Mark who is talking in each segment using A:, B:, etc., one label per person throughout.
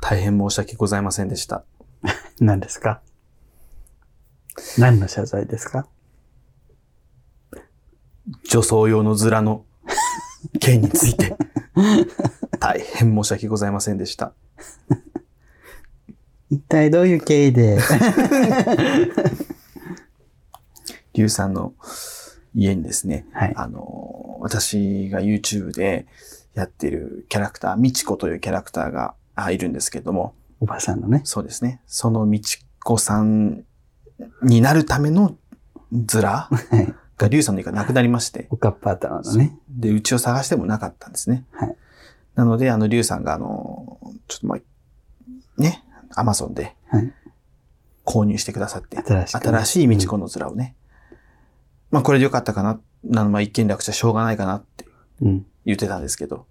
A: 大変申し訳ございませんでした。
B: 何ですか何の謝罪ですか
A: 女装用のズラの件について、大変申し訳ございませんでした。
B: 一体どういう経 緯で
A: リュウさんの家にですね、
B: はい。
A: あの、私が YouTube でやってるキャラクター、ミチコというキャラクターがあいるんですけれども、
B: おばさんのね。
A: そうですね。そのミチコさんになるためのズラ
B: はい。
A: がリュウさんの家からなくなりまして、
B: おかっぱ頭のね。
A: で、うちを探してもなかったんですね。
B: はい
A: なので、あの、リュウさんが、あの、ちょっとまあ、ね、アマゾンで
B: はい。
A: 購入してくださって、
B: 新しくね、
A: 新しい道子の面をね、まあ、これでよかったかな、なのまあ、一見落着しょうがないかなって
B: うん。
A: 言ってたんですけど、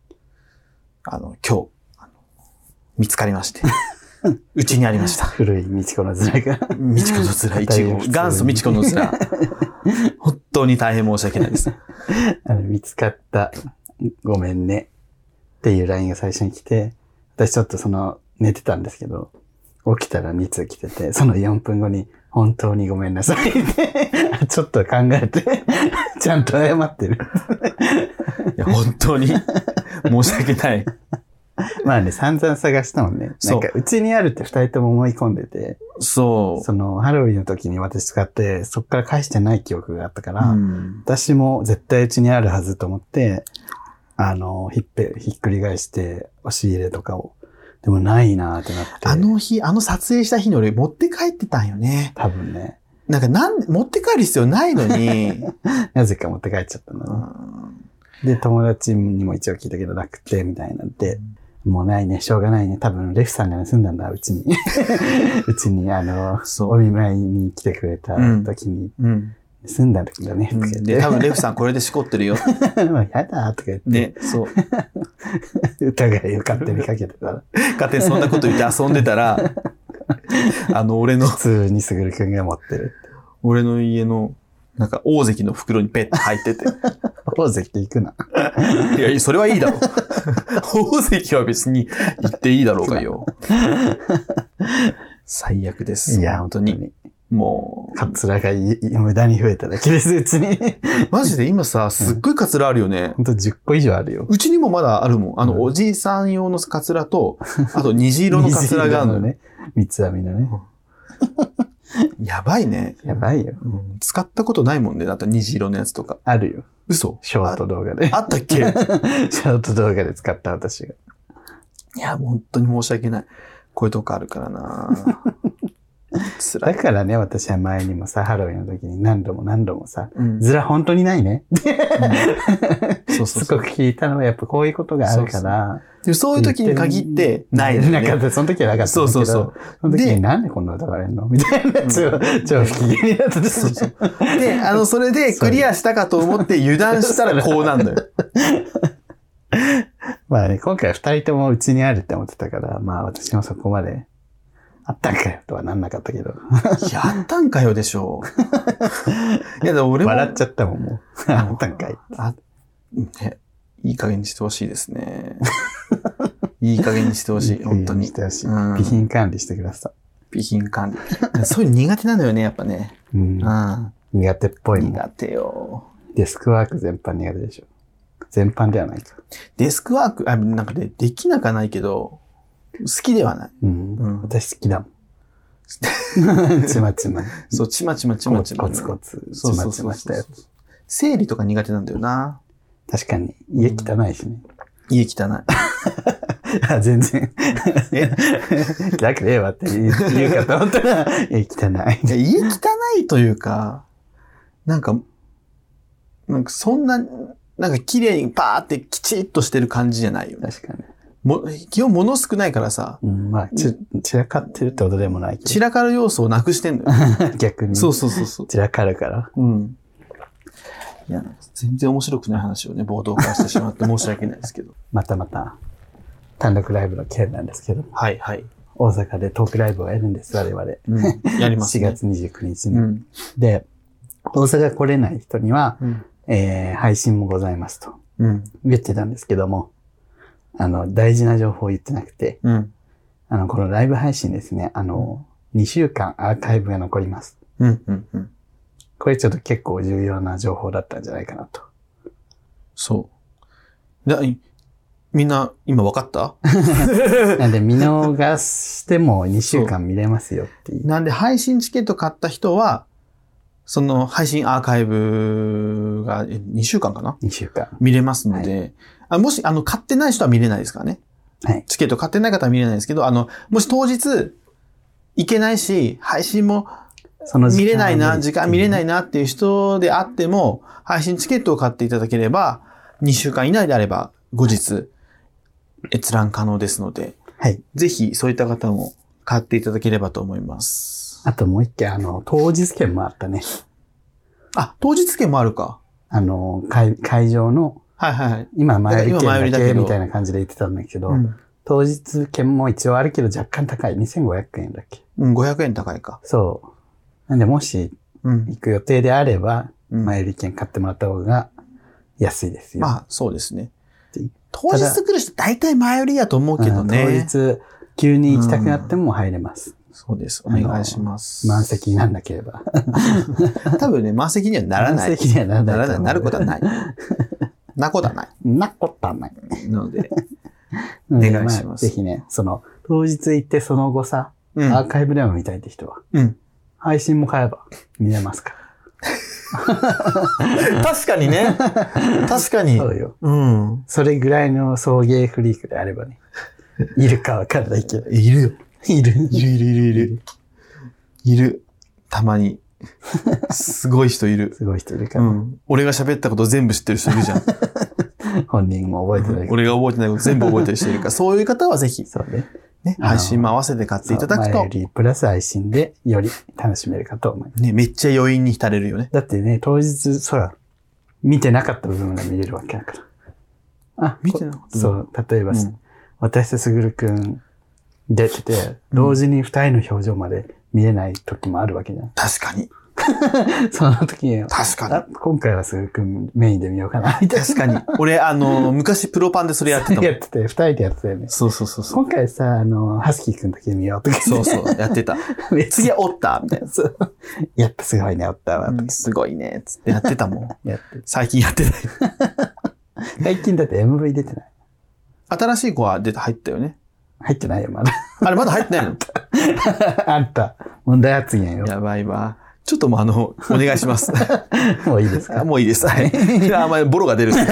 A: あの、今日、あの見つかりま して、うちにありました。
B: 古いみちこのずらが。
A: 道子の面、一号、元祖道子の面。本当に大変申し訳ないです。
B: あの、見つかった、ごめんね、っていう LINE が最初に来て、私ちょっとその、寝てたんですけど、起きたら2通来てて、その4分後に、本当にごめんなさいって、 ちょっと考えて、ちゃんと謝ってる。
A: いや、本当に申し訳ない。
B: まあね、散々探したもんね。な
A: そうん
B: か、うちにあるって2人とも思い込んでて、
A: そう。
B: その、ハロウィンの時に私使って、そっから返してない記憶があったから、
A: うん
B: 私も絶対うちにあるはずと思って、あの、ひっぺ、ひっくり返して、押し入れとかを。でもないなーってなって。
A: あの日、あの撮影した日に俺持って帰ってたんよね。
B: 多分ね、
A: なんかなん、持って帰る必要ないの に。
B: なぜか持って帰っちゃった
A: う
B: のね。
A: ん
B: で、友達にも一応聞いたけどなくて、みたいなんで、もうないね、しょうがないね。多分、レフさんが盗んだんだ、う ちに。うちに、あの、
A: そ
B: お
A: う。
B: 見舞いに来てくれた時に、
A: うん。
B: 盗んだ時だね、とか言
A: で、多
B: っ
A: 分レフさ んこれでしこってるよ。
B: て。もうやだーとか言って、
A: ね、そう。
B: 疑いを勝手にかけてた ら、
A: 勝手にそんなこと言って遊んでた ら、あの、俺の、
B: 普通にすぐるくんが持ってる。
A: 俺の家の、なんか、大関の袋にペッて入 ってて。
B: 大関行くな。
A: いや、それはいいだろう。大関は別に行っていいだろうがよ。最悪です。
B: いや、
A: 本
B: 本
A: 当
B: 当
A: に。
B: に。
A: もう。
B: カツラがい無駄に増えただけです、うち に。
A: マジで今さ、すっごいカツラあるよね。
B: 本当10個以上あるよ。
A: うちにもまだあるもん。あ
B: う
A: の、
B: ん
A: おじいさん用のカツラ と、あと虹色のカツラがあるの
B: 水色
A: ね。
B: ね。三つ編みのね。
A: やばいね、
B: やばいよ。
A: うん使ったことないもんね。だった虹色のやつとか。
B: あるよ。
A: 嘘
B: ショート動画で
A: あ。ったっ けい
B: ショート動画で使った私が。
A: や、本当に申し訳ない。こういうとこあるからな 辛
B: だ
A: い。
B: からね、私は前にもさ、ハロウィンの時に何度も何度もさ、
A: うん
B: ずら本当にないね。
A: そうそう
B: す
A: そ
B: ご
A: う
B: く聞いたのはやっぱこういうことがあるから。
A: で。そういう時に限って、ないのよ
B: なかっ
A: ね。
B: た。その時はなかったん
A: そう
B: だけど。
A: そう そう。
B: その時
A: で
B: になんでこんな歌がれんのみたいな。超、超不機嫌になった。
A: そうそう。で、あの、それでクリアしたかと思って油断したらこうなんのよ。
B: まあね、今回二人ともうちにあるって思ってたから、まあ私もそこまで、あったんかよとはなんなかったけど、
A: やったんかよでしょ う。いや、でも俺も、
B: 笑っちゃったもん、もう。あったんかい。
A: あ、ね、いい加減にしてほしいですね。 いい加減にしてほしい、本当
B: し
A: に。
B: てほしい。
A: うん
B: 備品管理してくださ
A: 備品管理。そういうの苦手なのよね、やっぱね。
B: い。うん
A: う。ん。
B: 苦手っぽいもん。
A: 苦手よ。
B: デスクワーク全般苦手でしょ。全般ではないか。
A: デスクワーク、あ、なんかね、できなかないけど、好きではない。
B: うん。
A: うん
B: 私好きだも ん。ちまちま。
A: そう、ちまちまちま
B: コ
A: ち
B: ツ
A: ま
B: コ
A: ね。
B: ツコツ、ち
A: そうそ
B: ま
A: う
B: ち
A: そ
B: ま
A: う
B: した
A: そ
B: よ
A: う。。整理とか苦手なんだよな。
B: 確かに。家汚いしね。
A: 家汚い。
B: あ、全然。
A: え
B: だけどええわって言う言うかと思った ら、え、汚い
A: い。や家汚いというか、なんか、なんかそんな、なんか綺麗にパーってきちっとしてる感じじゃないよね。
B: 確かに。
A: も基本物少ないからさ、
B: うん、まあ、ち、散らかってるってことでもないけ
A: 散らかる要素をなくしてんだよ。
B: ど、逆に。
A: そうそうそうそう。
B: 散らかるから。
A: うん。いや、全然面白くない話をね、冒頭からしてしま って申し訳ないですけど。
B: またまた、単独ライブの件なんですけど、
A: はいはい。
B: 大阪でトークライブをやるんです、我々。
A: うん、やります、
B: 4
A: ね。。
B: 月29日に。
A: うん。
B: で、大阪来れない人には、
A: うん。
B: えー、配信もございますと
A: うん。
B: 言ってたんですけども、あの、大事な情報を言ってなくて、
A: うん。
B: あの、このライブ配信ですね、あの、2週間アーカイブが残ります。
A: うん、うん、うん。
B: これちょっと結構重要な情報だったんじゃないかなと。
A: そう。で、いみんな、今分かった
B: なんで見逃しても2週間見れますよっていう。
A: なんで、配信チケット買った人は、その配信アーカイブが2週間かな
B: 2週間。
A: 見れますので、あもし、あの、買ってない人は見れないですからね。
B: はい
A: チケット買ってない方は見れないですけど、あの、もし当日、行けないし、配信も
B: その。
A: 見れないな、時間見れないいなっていう人であっても、配信チケットを買っていただければ、2週間以内であれば、後日、閲覧可能ですので、
B: はい。
A: ぜひそういった方も買っていただければと思います。
B: あともう一件、あの、当日券もあったね。
A: あ、当日券もあるか。
B: あの、会会場の、
A: はいはいはい。
B: 今前売り
A: だか
B: 券
A: ら今前売りだ
B: だ
A: け
B: け
A: ど
B: みたいな感じで言ってたんだけど、
A: うん
B: 当日券も一応あるけど若干高い。2500円だっけ。
A: うん、500円高いか。
B: そう。なんでもし
A: うん。
B: 行く予定であれば、
A: うん
B: 前売り券買ってもらった方が安いですよ。
A: まあ、そうですね
B: で。
A: 当日来る人大体前売りやと思うけど
B: うん
A: ね。
B: 当日、急に行きたくなっても入れます。
A: そうです。お
B: あの
A: 願いします。
B: 満席になんなければ。
A: 多分ね、満席にはならない。
B: 満席にはならない。
A: ならない。なることはないい。なことはな
B: なことはない。
A: い。なので。
B: お
A: 願いします
B: ぜひね、その、当日行ってその後さ、
A: う
B: ア
A: ん
B: ー。カイブでも見たいって人は、
A: うん、
B: 配信も買えば見れますか。
A: 確かにね。確からに
B: そうよ。
A: うん。
B: それぐらいの送迎フリークであれば ね、いるかわからないけど。
A: いるよ。
B: い
A: いる
B: る。
A: いるいるいる。いる。たまに。すごい人いる。
B: すごい人いるか
A: う
B: ら、
A: ん。俺が喋ったこと全部知ってる人いるじゃん。
B: 本人も覚えてない
A: 俺が覚えてないこと全部覚えてる人 いるから、そういう方はぜひ、
B: そうね。
A: ね、
B: あの
A: 配信も合わせて買っていただく
B: そう
A: と
B: 前よ、りプラス配信でより楽しめるかと思います。
A: ね、めっちゃ余韻に浸れるよね。
B: だってね、当日、そら、見てなかった部分が見れるわけだから。あ、
A: 見てなか
B: か
A: っ
B: ったた。そう、例えば、
A: うん
B: 私とすぐるくん出てて、同時に二人の表情まで見れない時もあるわけじ ゃん。
A: 確かに。
B: その時に、
A: 確か
B: あ、今回はすぐるくんメインで見ようかな、み
A: に。
B: たい
A: 確かに。俺、あ の、昔プロパンでそれやってた
B: な。
A: も
B: や
A: ん。
B: ってて、二人でやってたよね。
A: そうそうそうそう。
B: 今回さ、あの、はすきくんだけ見ようとか、
A: そうそう、やってた。
B: めっち
A: 次はおったみたい
B: ゃ、そうやった、すごいね、あったわ、と
A: な。
B: か
A: すごいね。つってやってたもん。
B: やってる。
A: 最近やってない。
B: 最近だって MV 出てない。
A: 新しい子は出て入ったよね。
B: 入ってないよ、まだ。
A: あれ、まだ入ってないの
B: あんた、問題発言よ。
A: やばいわ。ちょっともうあの、お願いし ます。
B: もういいです
A: あ
B: か
A: もういいです。はい。あんまりボロが出る。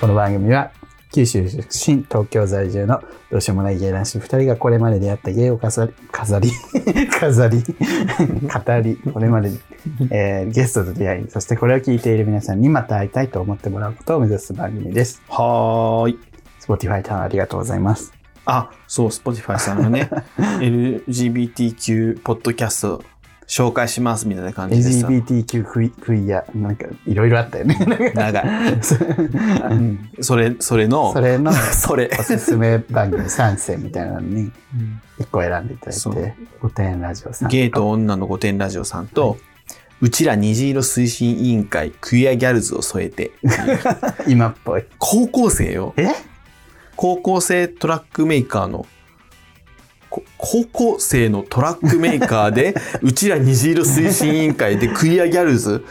B: この番組は、九州出身、東京在住のどうしようもない芸男子2人がこれまで出会った芸を飾り、飾り、 飾り、語り、これまで、えーゲストと出会い、そしてこれを聞いている皆さんにまた会いたいと思ってもらうことを目指す番組です。
A: はーい。
B: Spotify さんありがとうございます。
A: あ、そう、Spotify さんが ね、LGBTQ ポッドキャスト紹介しますみたいな感じでさ。
B: LGBTQ クイクイア、なんかいろいろあったよね。
A: 長い。 それ、それの、
B: それの
A: それ
B: おすすめ番組3選みたいなのに、一個選んでいただい
A: そう
B: て、五点ラジオさん。
A: ゲーと女の御殿ラジオさんと、うちら虹色推進委員会クイアギャルズを添えて、
B: 今っぽい。
A: 高校生よ。
B: え
A: 高校生トラックメーカーの、こ高校生のトラックメーカー で、うちら虹色推進委員会でクイアギャルズ、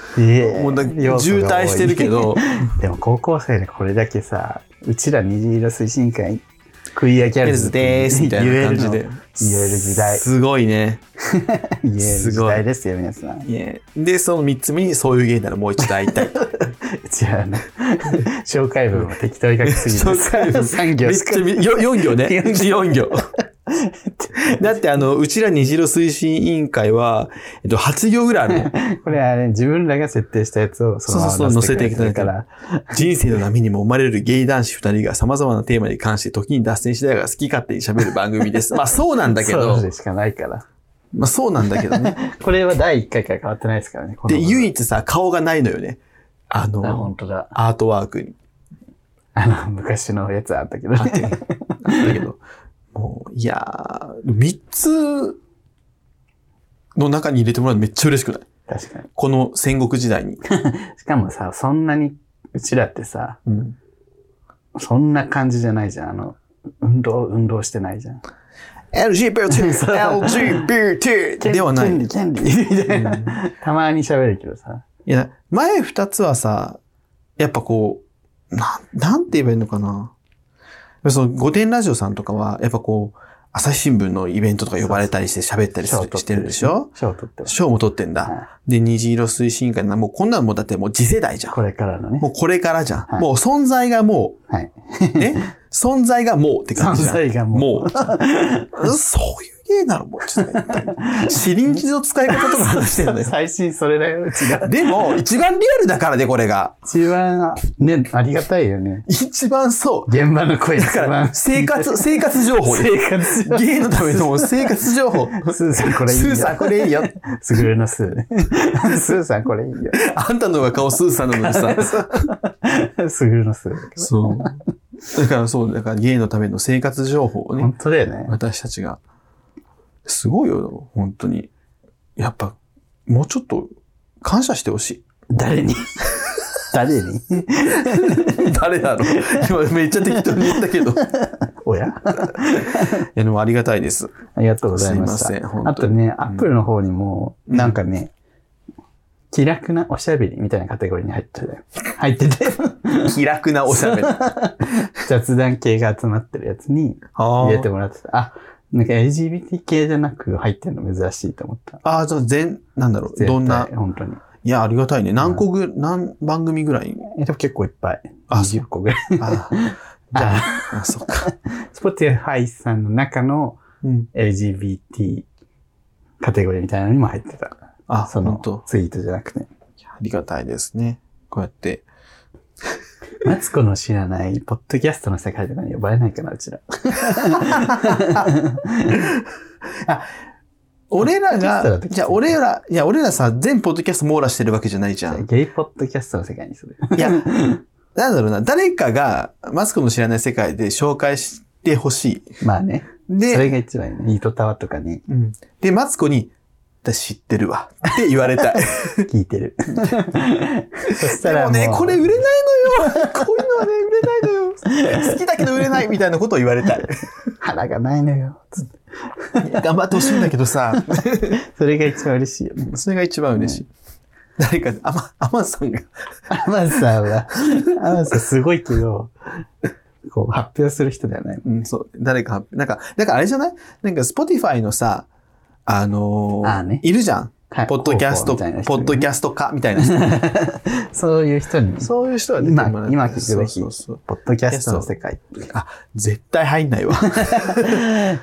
A: もうだ渋滞してるけ。ど、
B: でも高校生でこれだけさ、うちら虹色推進会、クイアギャルズ
A: でーすみたいな感じで
B: 言えるの言える時代、
A: すごいね。
B: 言える
A: す
B: 時
A: ごい
B: 代ですよ、皆さん。
A: いえで、その3つ目にそういう芸ならもう一度会いたい。
B: うちらの 紹介文も適当に書きすぎて
A: 紹 介文
B: 3
A: め
B: 行
A: っ
B: し
A: ちゃ
B: か
A: みよ4行ね。
B: 4
A: 4行。だってあの、うちら虹色推進委員会は、えっと、8行ぐらいあるもん。
B: これあれ、自分らが設定したやつをその
A: そ
B: ま
A: うそう
B: ま
A: そう
B: 載せていただいたから、
A: 人生の波にも生まれるゲイ男子2人が様々なテーマに関して時に脱線しながら好き勝手に喋る番組です。まあそうなんだけ
B: そう
A: ど、
B: でしかないから。
A: まあそうなんだけどね。
B: これは第1回から変わってないですからね。この
A: で、唯一さ、顔がないのよね。あ
B: あ、
A: の
B: 本、当だ。
A: アートワークに。
B: あの、昔のやつあったけど
A: あって
B: ね。
A: あったけど、もう、いやー、3つの中に入れてもらうのめっちゃ嬉しくない
B: 確かに。
A: この戦国時代に。
B: しかもさ、そんなに、うちらってさ、
A: うん。
B: そんな感じじゃないじゃん。あの、運動、運動してないじゃん。
A: LGBT!
B: そう
A: LGBT! ではない。
B: 権
A: い
B: 利、権利、みたいな。たまに喋るけどさ。
A: や、前二つはさ、やっぱこう、なん、なんて言えばいいのかな。その、御殿ラジオさんとかは、やっぱこう、朝日新聞のイベントとか呼ばれたりして喋ったりす
B: 賞
A: る
B: 取っ
A: してるでしょ
B: 賞取ってます。
A: 賞も取ってんだ。
B: は
A: で、虹色推進会な、もうこんなのもうだってもう次世代じゃん。
B: いこれからのね。
A: もうこれからじゃん。
B: はい
A: もう存在がも
B: はい。
A: う、ね、存在がもうって
B: 存
A: 感じじゃん。
B: 在がも
A: もう、そういう芸なのもうちょっと一 体、シリンジの使い方とか話してるの
B: う、
A: よ。
B: 最新それだよ、うちが。
A: でも、一番リアルだからね、これが。
B: 一番、ね、ありがたいよね。
A: 一番そう。
B: 現場の声だ
A: だから、生活、生活情報で。
B: 生活上
A: 芸のための生活情報。
B: スーさんこれいいよ。
A: スーさんこれいいよ。
B: すぐるのスーね。スーさんこれいいよ。
A: あんたのが顔スーさんなのにさ。
B: すぐるのスー。
A: そう。だからそう、だから芸のための生活情報をね
B: 本。当だよね。
A: 私たちが。すごいよ、本当に。やっぱ、もうちょっと感謝してほし
B: 誰に誰に
A: い。 誰だろう今めっちゃ適当に言った けど。い
B: おや
A: や、でもありがたいです。
B: ありがとうございまし
A: すいません本
B: た。
A: 当
B: あとね、アップルの方にも、なんかね、気楽なおしゃべりみたいなカテゴリーに入ってたよ。入ってて、
A: 気楽なおしゃべり。
B: 雑談系が集まってるやつに
A: あ
B: 入れて
A: ー
B: もらってた。あ、なんか LGBT 系じゃなく入ってるの珍しいと思った。
A: あー、じゃあ全、なんだろう、
B: 絶対
A: どんな。
B: 本当に。
A: いや、ありがたいね。何個ぐ、何番組ぐらい
B: え、でも結構いっぱい。
A: あそう
B: 20個ぐらい。
A: あー
B: じゃあ、
A: あ、そっか。
B: Spotify さんの中の
A: うん。
B: LGBT カテゴリーみたいなのにも入ってた。
A: あ、
B: そ
A: 本
B: の
A: 当
B: ツイートじゃなくて。
A: ありがたいですね。こうやって。
B: マツコの知らない、ポッドキャストの世界とかに呼ばれないかな、うちら。
A: 俺ら
B: ポッド
A: が、
B: キャストだときつい
A: じゃあ俺ら、いや、俺らさ、全ポッドキャスト網羅してるわけじゃないじゃん。
B: ゲイポッドキャストの世界にする。
A: いや、なんだろうな、誰かがマスコの知らない世界で紹介してほしい。
B: まあね。そ
A: で、
B: れが一番いいね。イートタワーとかに
A: うんで、マツコに、私知ってるわ。って言われたい。
B: 聞い てる。 そした
A: で
B: ら
A: も
B: もう。
A: ね、これ売れないのよ。こういうのはね、売れないのよ。好きだけど売れないみたいなことを言われたい。
B: 腹がないのよ。つって
A: 頑張ってほしいんだけどさ。
B: それが一番嬉しいよね。
A: それが一番嬉しい。誰か、アマ、アマさんが、
B: アマンさんは、アマンさんすごいけど、こう、発表する人ではない。
A: うん、そう、誰か、なんか、なんかあれじゃないなんか、スポティファイのさ、あのー
B: あーね
A: いるじゃん。
B: はい
A: ポッドキャスト、
B: 広報みたいな人
A: ポッドキャスト化みたいな人。
B: そういう人に、
A: そういう人は
B: 今
A: 出ても
B: 今
A: ら
B: 聞くべき
A: そうそうそう
B: ポッドキャストの世界。
A: あ、絶対入んないわ。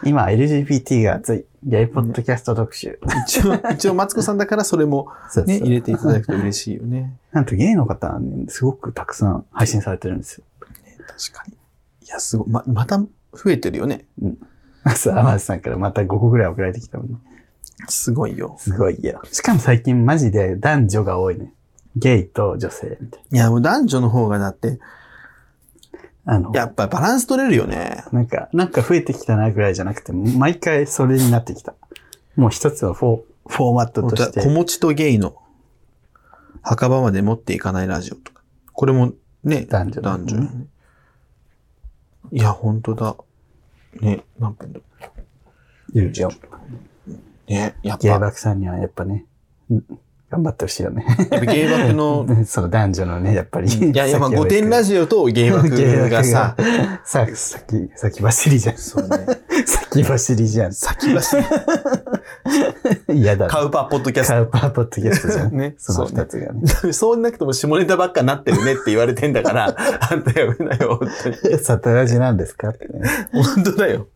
B: 今 LGBT が熱い。ゲイポッドキャスト特集。
A: 一応、一応、マツコさんだからそれも
B: そう
A: ね、
B: そう
A: 入れていただくと嬉しいよね。
B: なんとゲイの方はね、すごくたくさん配信されてるんですよ。
A: 確かに。いや、すごい。ま、また増えてるよね。
B: そう、アマンさんからまた5個ぐらい送られてきたもんね。
A: すごいよ。
B: すごいよ。しかも最近マジで男女が多いね。ゲイと女性みたい
A: いや、もう男女の方がだって、
B: な。あの、
A: やっぱバランス取れるよね。
B: なんか、なんか増えてきたなぐらいじゃなくて、毎回それになってきた。もう一つはフォーフォーマット
A: 本
B: と
A: 当
B: し
A: だ小
B: て。
A: 持ちとゲイの墓場まで持っていかないラジオとか。これもね、
B: 男女だね
A: 男女よね。いや、本当だ。ね、何分だ。
B: 友情
A: ね、やっぱ、
B: ゲイ
A: やっ
B: バクさんにはやっぱね、うん頑張ってほしいよね。
A: ぱ芸爆の
B: そう、男女のね、やっぱり。
A: いや、いや、まあ、
B: 先ほ
A: 御
B: ど言
A: 殿ラ
B: っ
A: ジオと芸
B: た
A: 枠がさ、
B: 芸枠がさ、先、先走りじゃ ん。
A: そうね、
B: 先走りじゃん。
A: 先走り、
B: 嫌だね。
A: カウパーポッドキャス
B: カウパーポッドキャストじゃ ん。
A: ね
B: その
A: そうね
B: 二つがね。
A: ト。そうなくても下ネタばっかなってるねって言われてんだ から、あんたやめなよ、本当に。
B: サタラジなんですか ってね。
A: 本当だよ。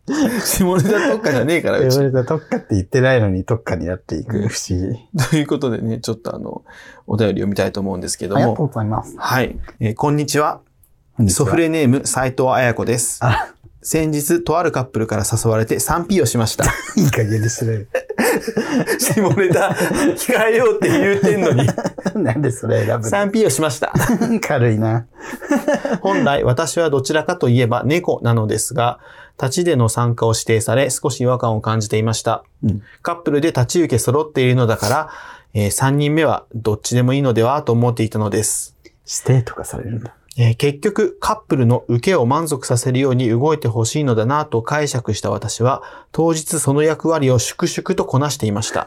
A: 下ネタとかじゃねえから、う
B: 言
A: ち
B: わ。れた特化って言ってないのに特化になっていく不思議。
A: ということでね、ちょっとあの、お便り読みたいと思うんですけど
B: ありがとう
A: も。
B: ございます。
A: はい、えーこんにちは。
B: こんにち
A: ソ
B: は
A: フレネーム、斉藤彩子です。
B: あ、
A: 先日、とあるカップルから誘われて 3P をしました。
B: いい加減にしろよ。
A: 下ネタ控えようって言うてんの に、
B: なんでそれ選ぶ
A: 3P をしました。
B: の軽いな。
A: 本来、私はどちらかといえば猫なのですが、立ちでの参加を指定され、少し違和感を感じていました。
B: うん
A: カップルで立ち受け揃っているのだから、え3人目はどっちでもいいのではと思っていたのです。
B: 指定とかされるんだ。
A: えー結局、カップルの受けを満足させるように動いてほしいのだなと解釈した私は、当日その役割を粛々とこなしていま した。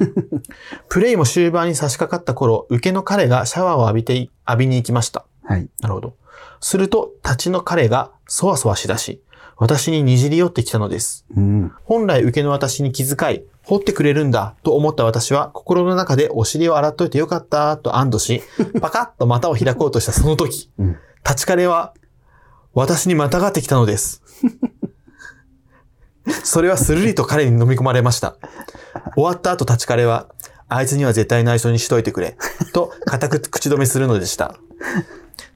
A: プレイも終盤に差し掛かった頃、受けの彼がシャワーを浴びてい、浴びに行きました。
B: はい。
A: なるほど。すると、立ちの彼がそわそわしだし、私ににじり寄ってきたのです。
B: うん。
A: 本来受けの私に気遣い、掘ってくれるんだと思った私は、心の中でお尻を洗っといてよかったと安堵し、パカッと股を開こうとしたその時、
B: うん
A: 立ち彼は私にまたがってきたのです。 それはスルリと彼に飲み込まれました。終わった後立ち彼は、あいつには絶対内緒にしといてくれ、と固く口止めするのでした。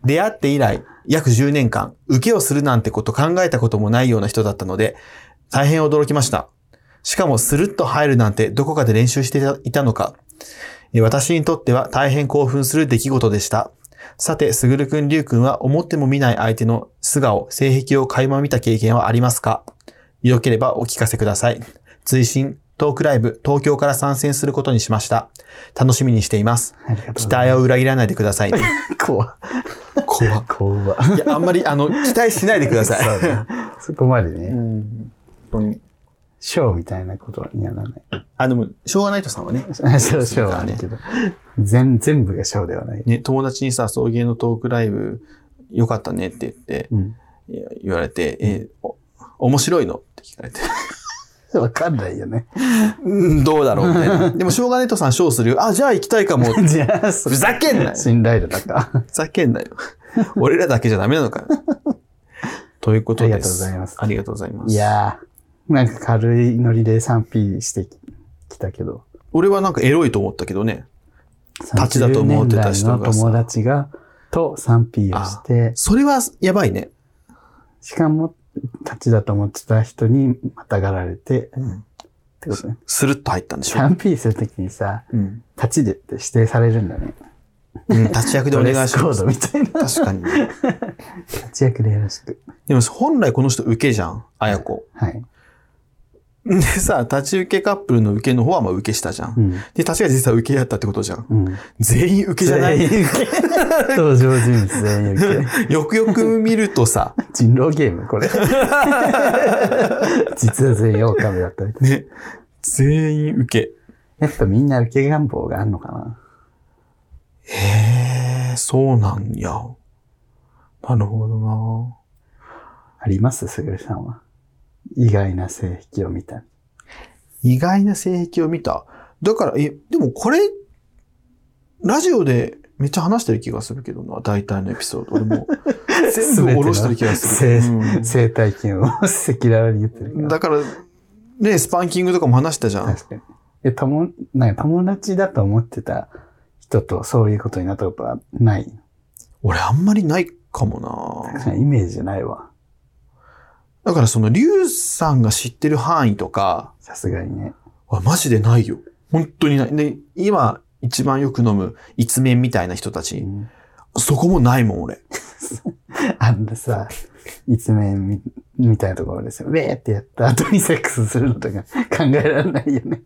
A: 出会って以来、約10年間、受けをするなんてこと考えたこともないような人だったので、大変驚きました。しかもスルッと入るなんてどこかで練習していたのか。え私にとっては大変興奮する出来事でした。さて、すぐるくん、りゅうくんは思っても見ない相手の素顔、性癖を垣間見た経験はありますかよければお聞かせください。追伸、トークライブ、東京から参戦することにしました。楽しみにしています。
B: ありがとうご
A: 期
B: ざい
A: 待を裏切らないでくださいね。
B: ます。怖
A: 怖っ
B: 怖
A: いや、あんまり、あの、期待しないでください。
B: そうねそこまで
A: う
B: ね、
A: ん。本当に。
B: ショーみたいなことにはなら ない。
A: あ、でも、しょうがないとさんはね、
B: ショーショーはあるけど、全全部がショーではない。
A: ね、友達にさ、送迎のトークライブ、よかったねって言って、
B: うん。
A: いや言われて、え、お、面白いのって聞かれて。
B: わかんないよね。
A: うん、どうだろうみたい な。でも、しょうがねとさん、ショーするよ。あ、じゃあ行きたいかも。
B: じゃあ、そ
A: ふ
B: れ
A: ざけんなよふ
B: 信頼度高。
A: ざけんなよ。俺らだけじゃダメなのかよ。 ということ
B: あ
A: です。
B: りがとうございます
A: ありがとうございます。
B: いやー、なんか軽いノリで 3P してきたけど。
A: 俺はなんかエロいと思ったけどね。立ちだと思ってた人がさ
B: 30年代の友達が、と 3P をして、
A: それはやばいね。
B: しかも、立ちだと思ってた人にまたがられて、ってことね。
A: スルッと入ったんでしょ。
B: 3P するときにさ、
A: うん。
B: 立ちでって指定されるんだね。
A: うん立ち役でお願 いし
B: ド
A: ま
B: レス
A: す
B: コー。ドみたいな。
A: 確かに。
B: 立ち役でよろしく。
A: でも本来この人受けじゃん、あやこ。
B: はい。
A: でさ、立ち受けカップルの受けの方はまあ受けしたじゃん。
B: うん。
A: で、立ちが実は受けやったってことじゃん。
B: うん。
A: 全員受けじゃない。
B: 全員受け登場人物全員受 け。
A: よくよく見るとさ、
B: 人狼ゲームこれ。 実は全員狼だったり。
A: ね、全員受
B: やっぱみんな受け願望があるのかな。
A: け。へえ、そうなんや。なるほどな
B: ありますすぐるさんは。意外な性癖を見た。
A: 意外な性癖を見た。だから、え、でもこれ、ラジオでめっちゃ話してる気がするけどな、大体のエピソード。俺も、 全部下ろしてる気がする。
B: 全ての
A: うん
B: 生体験を 赤裸々に言ってるから。
A: だから、ね、スパンキングとかも話したじゃん。
B: 確かに。え、友、なんか友達だと思ってた人とそういうことになったことはない。
A: 俺あんまりないかもな
B: イメージじゃないわ。
A: だからその、リュウさんが知ってる範囲とか、
B: さすがにね。
A: はマジでないよ。本当にない。で、今、一番よく飲む、一面みたいな人た
B: う
A: ち、
B: ん
A: そこもないもん、俺。
B: あんなさ、一面みみたいなところですよ。ウェーってやった後にセックスするのとか考えられないよね。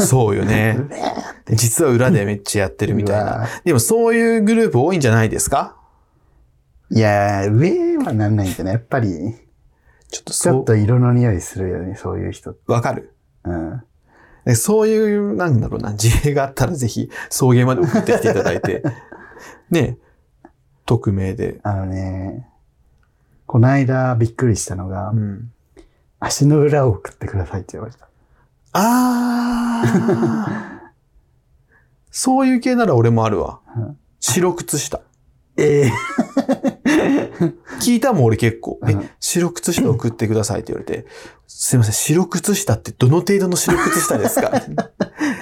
A: そうよ
B: ウ
A: ね。
B: ェーっ
A: 実は裏でめっちゃやって
B: て
A: るみたいうな。
B: わ
A: でもそういうグループ多いんじゃないですか
B: いやー、ウェーはなんないんじゃないやっぱり、
A: ちょっと
B: ち
A: そ
B: ょっ
A: う、
B: と色の匂いするよね、そういう人。
A: わかる。
B: うん。
A: でそういう、なんだろうな、事例があったらぜひ、送迎まで送ってきていただい て、ね、匿名で。
B: あのね、こないだびっくりしたのが、
A: うん
B: 足の裏を送ってくださいって言われた。
A: あー。 そういう系なら俺もあるわ
B: うん。
A: 白靴下。
B: ええ
A: 聞いたもん俺結構。
B: う
A: え
B: ん、
A: 白靴下送ってくださいって言われて、すいません、白靴下ってどの程度の白靴下です か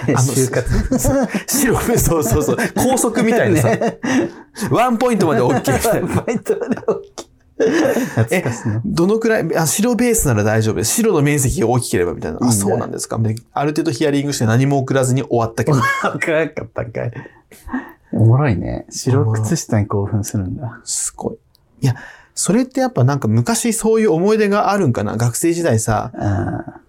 B: 就活。
A: 白、そうそうそう。高速みたいなさ。
B: ね
A: ワンポイントまで OK。
B: バイトで OK。懐かしいな。
A: どのくらい、あ、白ベースなら大丈夫です。白の面積が大きければみたいな。
B: いい
A: あ、
B: ね
A: そうなんですか。である程度ヒアリングして何も送らずに終わったけど。
B: わからんかったんかい。おもろいね。白靴下に興奮するんだ。
A: すごい。いや、それってやっぱなんか昔そういう思い出があるんかな。学生時代さ、
B: あ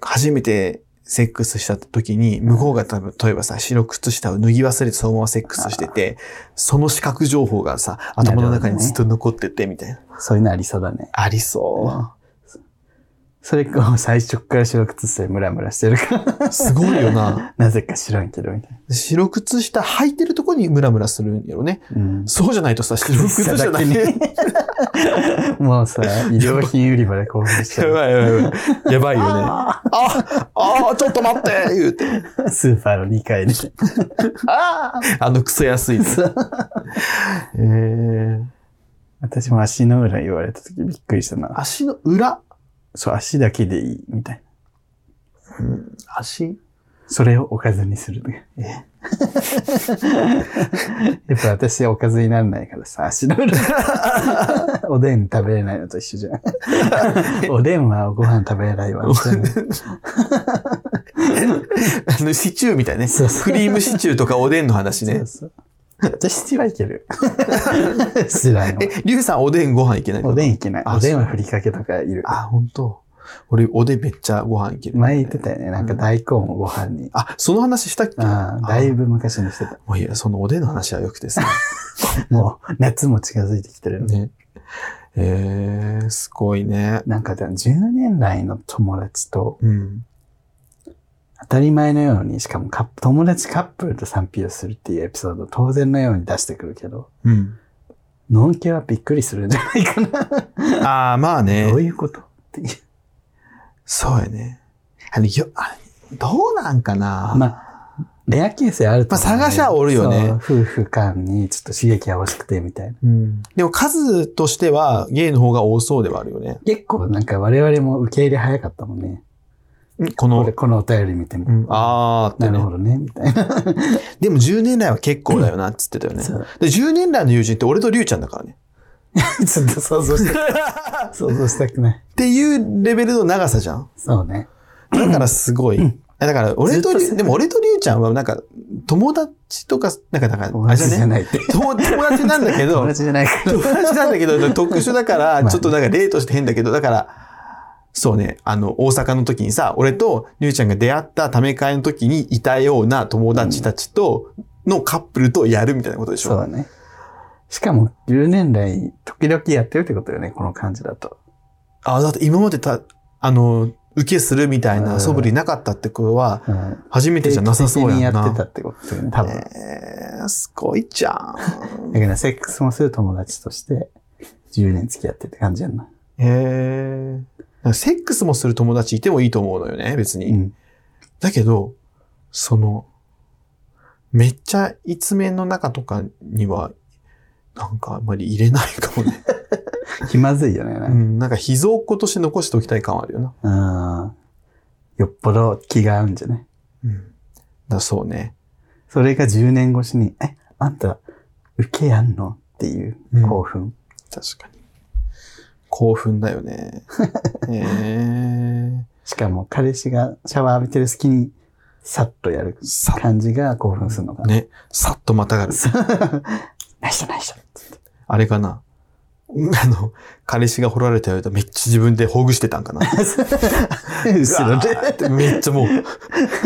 A: 初めてセックスした時に、向こうが多分、例えばさ、白靴下を脱ぎ忘れてそのままセックスしてて、その視覚情報がさ、頭の中にずっと残っててみたいな。
B: あ、そういうのありそうだね。
A: ありそ
B: それこう最初から白靴下でムラムラしてるから。
A: う。すごいよな。
B: なぜか知らんけど、みたいな。
A: 白靴下履いてるとこにムラムラするんやろね。
B: うん。
A: そうじゃないとさ、白靴下だけ
B: に
A: ね。
B: もうさ、衣料品売り場で興奮しちゃ
A: や
B: う。
A: ばいやばいやば い。やばいよね。
B: あ
A: あ、あー、ちょっと待って言うて。
B: ースーパーの2階で。あ
A: あのクソ安いの。えー、
B: 私も足の裏言われた時びっくりしたな。
A: 足の裏。
B: そう、足だけでいい、みたいな。
A: 足
B: それをおかずにするね。 やっぱ私はおかずにならないからさ、足の裏。 おでん食べれないのと一緒じゃん。おでんはご飯食べれないわ。みたいな
A: あの、シチューみたいね。
B: そうそう
A: クリームシチューとかおでんの話
B: そ
A: ね
B: う。そう。私はいける。知らん
A: え
B: の。、
A: リュウさんおでんご飯いけない
B: おでんいけない。
A: あ
B: おでんはふりかけとかいる。
A: あ、本当。俺、おでんめっちゃご飯いける。
B: 前言ってたよね。なんか大根をご飯に。
A: あ、その話したっけ
B: ああ、だいぶ昔にしてた。
A: もういや、そのおでんの話はよくて さ。
B: もう夏も近づいてきてる。
A: ね。えー、すごいね。
B: なんかじゃあ10年来の友達と
A: うん。
B: 当たり前のように、しかもカップ友達カップルと賛否をするっていうエピソードを当然のように出してくるけど、
A: うん。
B: のんけはびっくりするんじゃないかな。
A: ああ、まあね
B: どう。いうことっていう。
A: そうやね。あの、よ、あどうなんかな、
B: まあ、レアケースあると思う、
A: まあ探しはおるよね
B: そう夫婦間にちょっと刺激が欲しくてみたいな。
A: うん、でも数としては、ゲイの方が多そうではあるよね。
B: 結構なんか我々も受け入れ早かったもんね。
A: こ
B: こ
A: の
B: れ、、このお便り見てみ
A: うん、あーって
B: なる
A: ね
B: ほ。どね、みたいな。
A: でも10年来は結構だよなっつってたよね。
B: そう
A: で10年来の友人って俺とリュウちゃんだからね。
B: ちょっと想 像した、
A: っ
B: 想像したくない。
A: ていうレベルの長さじゃん。
B: そうね。
A: だからすごい。だから俺とリ
B: ず
A: ュ
B: っと
A: ウ、でも俺とリュウちゃんはなんか、友達とか、なんか、なんか、
B: 友
A: あれじ
B: 達じ
A: ゃ
B: ゃ
A: ね
B: ないって。
A: 友友達なんだけど
B: 友、達じゃないから。
A: 友達なんだけ ど、特殊だか
B: ま
A: ら、
B: あ
A: ちょっとなんか例として変だけど、だから、そうね、あの、大阪の時にさ、俺とりゅうちゃんが出会ったため会の時にいたような友達たちと、のカップルとやるみたいなことでし
B: そう
A: ょ
B: だね。しかも10年来、時々やってるってことよね、この感じだと。
A: あ、だって今までた、あの、受けするみたいうなん素振りなかったってことは、
B: うん。
A: 初めてじゃなさそうやん
B: 定期的にやってた
A: な。
B: ってことだよね、多分。
A: えー、すごい じゃん。
B: だからセックスもする友達として、10年付き合ってって感じやんな。
A: へえ。なんかセックスもする友達いてもいいと思うのよね、別に。
B: うん。
A: だけど、その、めっちゃ一面の中とかには、なんかあんまり入れないかもね。
B: 気まずいよね、
A: う
B: なん
A: ん、なんか秘蔵っ子として残しておきたい感はあるよな。
B: か。うん。よっぽど気が合うんじゃない
A: うん。だそうね。
B: それが10年越しに、え、あんた、受けやんのっていう
A: うん
B: 興奮。
A: 確かに。興奮だよ ね。へえ。
B: しかも彼氏がシャワー浴びてる隙に、さっとやる
A: さ
B: 感じが興奮するのかな。
A: ね、さっとまたがる。
B: ナイスだナイスだ
A: あれかな。あの、彼氏が掘られたようだめっちゃ自分でほぐしてたんかな。
B: 後ろ
A: うわーっ
B: で、
A: てめっちゃもう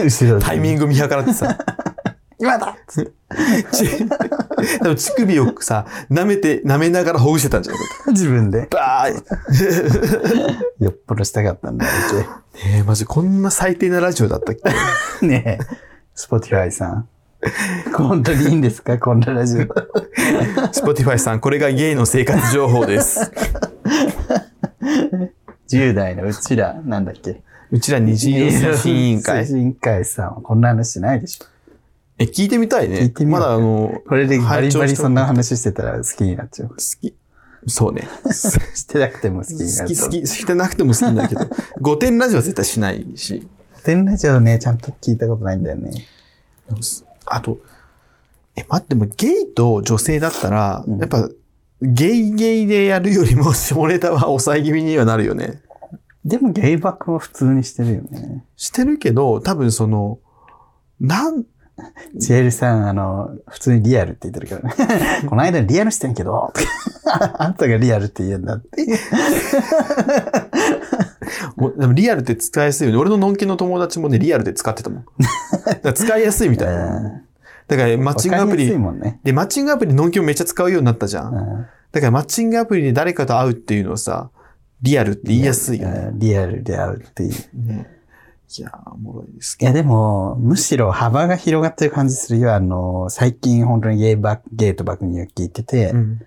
B: 後ろで。
A: タイミング見計らってさ。
B: 今だ
A: ち、 多分乳首をさ、舐めて、舐めながらほぐしてたんじゃないか
B: 自分で。
A: バーイ
B: よっぽどしたかったんだ、
A: ねえ、マジこんな最低なラジオだったっけ
B: う ち。ねえ、スポティファイさん。本当にいいんですかこんなラジオ。
A: ?Spotify さん、これがゲイの生活情報 です。
B: 10代のうちら、なんだっけ
A: うちら二次推進委員
B: 推
A: 会。
B: 進委員会さんはこんな話しないでしょ。
A: え、聞いてみたいね。
B: 聞いてみよ
A: ま
B: う
A: だあの、
B: これでバリバ
A: 拝聴し
B: リ
A: て
B: そんな話してたら好きになっちゃう。
A: 好き。そう ね。
B: してなくても好きにな
A: 好
B: っち
A: き
B: ゃう。
A: 好き、してなくても好きなんだけど。5点 ラジオは絶対しないし。
B: 天ラジオね、ちゃんと聞いたことないんだよね。
A: あと、え、待って、でもゲイと女性だったら、
B: うん
A: やっぱ、ゲイゲイでやるよりも下ネタは抑え気味にはなるよね。
B: でもゲイバックは普通にしてるよね。
A: してるけど、多分その、なん、
B: ちえりさん、あの、普通にリアルって言ってるから ね。この間リアルしてんけど、とかあんたがリアルって言うんだって。
A: もうでもリアルって使いやすいよね。俺ののんけの友達もね、リアルで使って たもん。だから使いやすいみたいな。だからマッ
B: マ
A: チングアプ
B: やすい
A: リ、
B: もんね。
A: で、マッチングアプリのんけもめっちゃ使うようになったじゃん。
B: うん
A: だからマッチングアプリで誰かと会うっていうのはさ、リアルって言いやすいよね。
B: うんリアルであるっていう。
A: ねいやー、おもろいです
B: い
A: けど。
B: やでも、むしろ幅が広がってる感じするよ。あの、最近本当にゲイバック、ゲイとバックに聞いてて、
A: うん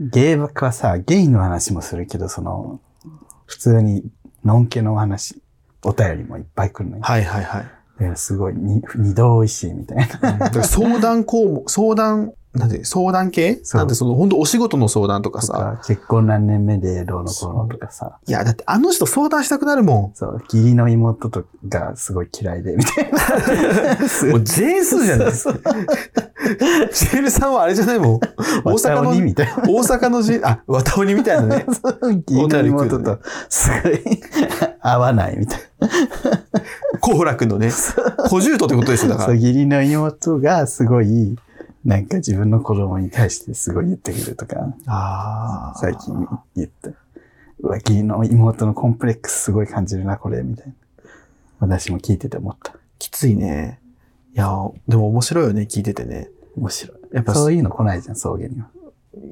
B: ゲイバックはさ、ゲイの話もするけど、その、普通に、のんけのお話、お便りもいっぱい来るのよ。
A: はいはいはい。
B: だからすごい、に二度美味しいみたいな。
A: だから相談項目、 相談、なんで、相談系
B: そう
A: なんでその、本当お仕事の相談とか
B: と
A: さ。
B: か、結婚何年目でどうのこうのとかさ、
A: いや、だってあの人相談したくなる も
B: そう、義理の妹とがすごい嫌いで、みたいな。
A: ん。もうジェーンスーじゃない
B: そうそう
A: ジェールさんはあれじゃない もん。大阪
B: 綿
A: の、
B: 鬼みたいな。
A: 大阪のじ、あ、綿鬼みたいなね。
B: そう義理の妹とすごい 合わないみたい
A: 幸楽のね。小獣とってことでしょ、だ
B: な。
A: か
B: そう
A: ら。
B: 義理の妹がすごい、なんか自分の子供に対してすごい言ってくるとか、
A: あー
B: 最近言って。うわ、義理の妹のコンプレックスすごい感じるな、これ、みたいな。私も聞いてて思った。
A: きついね。いや、でも面白いよね、聞いててね。
B: 面白い。
A: やっぱ、
B: そう
A: い
B: いうの来ないじゃん、草原には。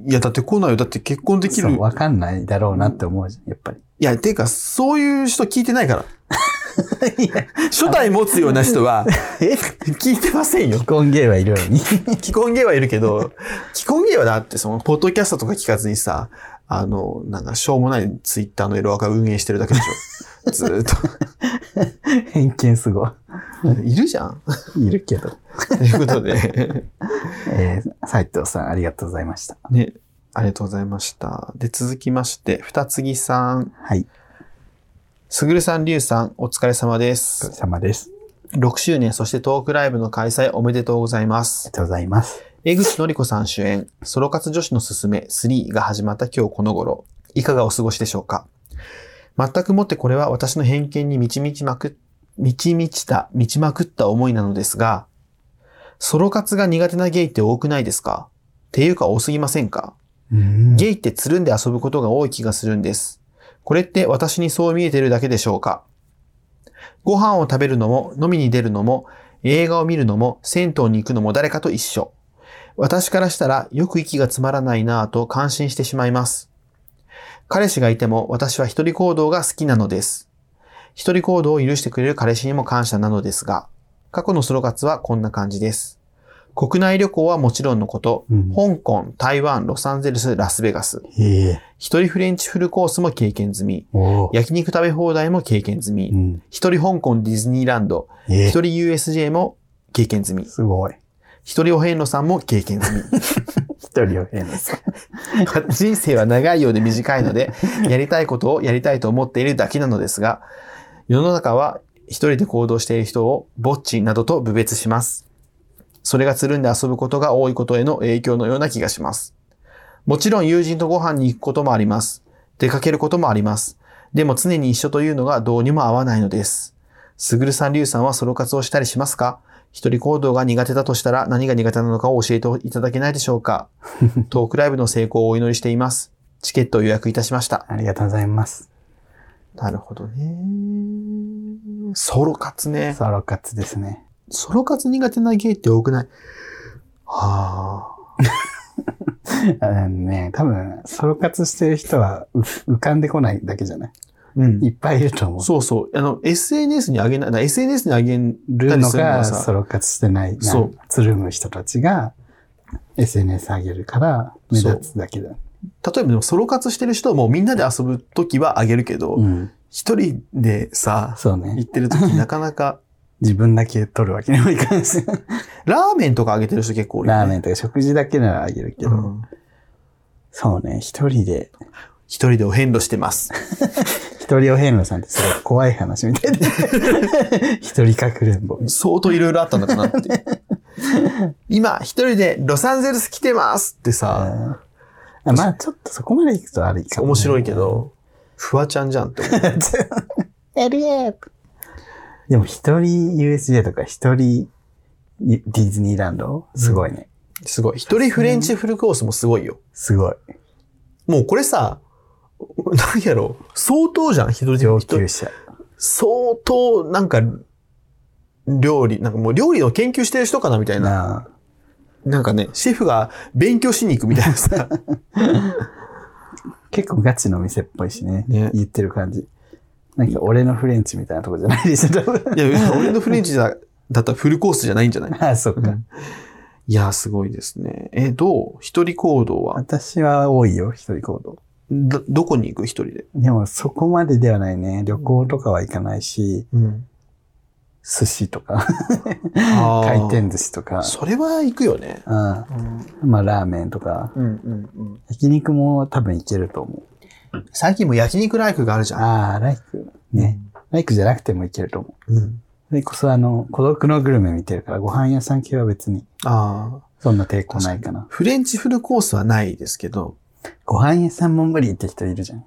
A: や、だって来ないよ。だって結婚でき
B: そ
A: る
B: う、。わかんないだろうなって思うじゃん、やっぱり。
A: いや、ていうか、そういう人聞いてないから。
B: いや、
A: 初代持つような人 は、
B: え
A: 聞いてませんよ
B: 既。婚芸はいるのに。
A: 既婚芸はいるけど、既婚芸はだってその、ポッドキャストとか聞かずにさ、あの、なんか、しょうもないツイッターのエロアカ運営してるだけでし ょ。ずーっと。
B: 偏見すご
A: いるじゃん。
B: い。いるけど。
A: ということ で、
B: えー、斉藤さん、ありがとうございました。
A: ね、ありがとうございました。で、続きまして、二つぎさん。
B: はい、
A: すぐるさん、りゅうさん、お疲れ様で
B: お疲れ
A: す。
B: 様です。あ
A: 6周年、そしてトークライブの開催おめでとうございま
B: り
A: す
B: が。とうございます。
A: 江口のり子さん主演、ソロ活女子のすすめ3が始まった今日この頃、いかがお過ごしでしょうか全くもってこれは私の偏見に満ち満ちまくっ、満ち満ちた、満ちまくった思いなのですが、ソロ活が苦手なゲイって多くないですかっていうか多すぎませんか
B: うん
A: ゲイってつるんで遊ぶことが多い気がするんです。これって私にそう見えてるだけでしょうかご飯を食べるのも、飲みに出るのも、映画を見るのも、銭湯に行くのも誰かと一緒。私からしたらよく息がつまらないなぁと感心してしまいます。彼氏がいても私は一人行動が好きなのです。一人行動を許してくれる彼氏にも感謝なのですが、過去のソロ活はこんな感じです。国内旅行はもちろんのこと、
B: うん
A: 香港、台湾、ロサンゼルス、ラスベガス。
B: ええ
A: 一人フレンチフルコースも経験済み。
B: おー
A: 焼肉食べ放題も経験済
B: う
A: み。
B: ん。
A: 一人香港ディズニーランド。
B: ええ
A: 一人 USJ も経験済み。
B: すごい。
A: 一人お遍路さんも経験済み。
B: 一人を変です。
A: 人生は長いようで短いので、やりたいことをやりたいと思っているだけなのですが、世の中は一人で行動している人をぼっちなどと侮蔑します。それがつるんで遊ぶことが多いことへの影響のような気がします。もちろん友人とご飯に行くこともあります。出かけることもあります。でも常に一緒というのがどうにも合わないのです。すぐるさん、りゅうさんはソロ活をしたりしますか一人行動が苦手だとしたら何が苦手なのかを教えていただけないでしょうかトークライブの成功をお祈りしています。チケットを予約いたしました。
B: ありがとうございます。
A: なるほどね。ソロ活ね。
B: ソロ活ですね。
A: ソロ活苦手なゲイって多くないは
B: あのね、多分、ソロ活してる人はう浮かんでこないだけじゃない
A: あ。うん
B: い。っぱいいると思う。
A: そうそう。あの、SNS にあげない、な SNS にあげた
B: る
A: り
B: の
A: するの
B: が
A: は
B: ソ
A: さ、
B: ロ活してない、な
A: そう
B: つるむ人たちが SNS 上げるから目立つだけだ。
A: 例えばでもソロ活してる人もみんなで遊ぶときはあげるけど、
B: ん。
A: 一人でさ、
B: そう
A: 行っ
B: ね。
A: てるときなかなか、
B: 自分だけ取るわけにもいかんし。
A: ラーメンとかあげてる人結構多い、ね。
B: ラーメ
A: ン
B: ンとか食事だけならあげるけど。そうね。一人で、
A: 一人でお遍路してます。
B: 一人お遍路さんってすごい怖い話みたいで。 一人かくれんぼ。
A: 相当いろいろあったんだかなっていう。今、一人でロサンゼルス来てますってさ、
B: あまあちょっとそこまで行くとあれかもね
A: 面白いけ。ど、フワちゃんじゃんって思う。
B: LA! でも一人 USJ とか一人ディズニーランドすごいね。
A: すごい。一人フレンチフルコースもすごいよ。
B: すごい。
A: もうこれさ、何やろう、相当じゃん、一人で
B: 上
A: 一人
B: 級者。
A: 相当、なんか、料理、なんかもう料理の研究してる人かなみたいな。
B: なあ。
A: なんかね、シェフが勉強しに行くみたいなさ。
B: 結構ガチの店っぽいしね。
A: ね
B: 言ってる感じ。なんか俺のフレンチみたいなとこじゃないでしょ多分、
A: いや、俺のフレンチだだったらフルコースじゃないんじゃない
B: ああ、そっか。
A: いや、すごいですね。え、どう一人行動は
B: 私は多いよ、一人行動。
A: ど、どこに行く一人で。
B: でもそこまでではないね。旅行とかは行かないし、
A: うん。
B: 寿司とか、
A: あー
B: 回転寿司とか、
A: それは行くよね。
B: ああまあラーメンとか、
A: うんうんうん。
B: 焼肉も多分いけると思う。
A: 最近も焼肉ライクがあるじゃん。
B: ああ、ライク。ね。。ライクじゃなくてもいけると思う。
A: うん。
B: それこそあの、孤独のグルメ見てるから、ご飯屋さん系は別に
A: ああ。
B: そんな抵抗ないかな。
A: フレンチフルコースはないですけど。
B: ご飯屋さんも無理って人いるじゃん。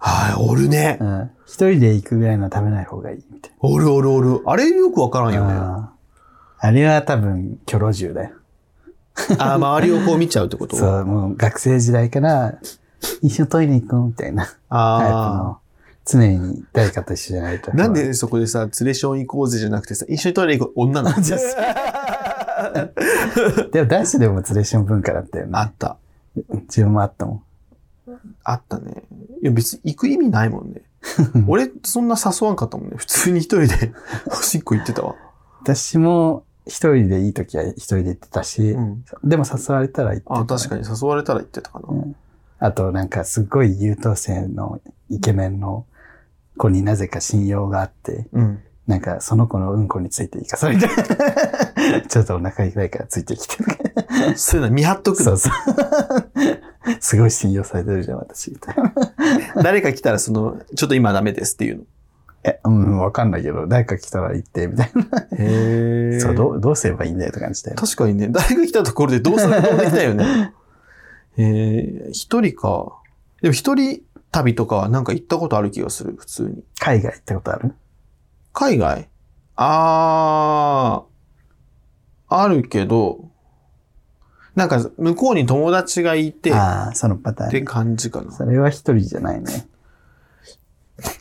A: はい、おるね
B: う。ん。一人で行くぐらいのは食べない方がいいみたい
A: おるおるおる。あれよくわからん
B: な。
A: よね。あ
B: あああれは多分、キョロ獣だよ。
A: あー、周りをこう見ちゃうってこと
B: そう、もう学生時代から、一緒にトイレ行こうみたいなタイプ
A: ああ。
B: の、常に誰かと一緒じゃないと。
A: なんでそこでさ、連れション行こうぜじゃなくてさ、一緒にトイレ行こう、女の 子。
B: じゃ でも男子でも連れション文化だったよ
A: あ
B: ね。
A: った。
B: 自分もあったもん。
A: あったね。いや、別に行く意味ないも んね。俺、そんな誘わんかったもんね。普通に一人で おしっこ行ってたわ。
B: 私も一人でいい時は一人で行ってたし、
A: うん。
B: でも誘われたら行ってた、
A: あ確かに誘われたら行ってたかな。
B: うんあとなんかすごい優等生のイケメンの子になぜか信用があって、
A: うん。
B: なんかその子のうんこについて行かされて、 ちょっとお腹痛いからついてきて。
A: そういうの見張っとく
B: そ
A: の
B: う そう。すごい信用されてるじゃん、私。みたいな
A: 誰か来たら、その、ちょっと今ダメですっていうの。
B: え、うん、わかんないけど、誰か来たら行って、みたい
A: へ
B: な。そう、どう、どうすればいいんだよって感じだよね。
A: 確かにね、誰が来たところでどうすることもできないよ ね。えー、一人か。でも一人旅とかはなんか行ったことある気がする、普通に。
B: 海外行ったことある
A: 海外あー、あるけど、なんか向こうに友達がいて、っ
B: ああ、そのパターンね。
A: て感じかな。
B: それは一人じゃないね。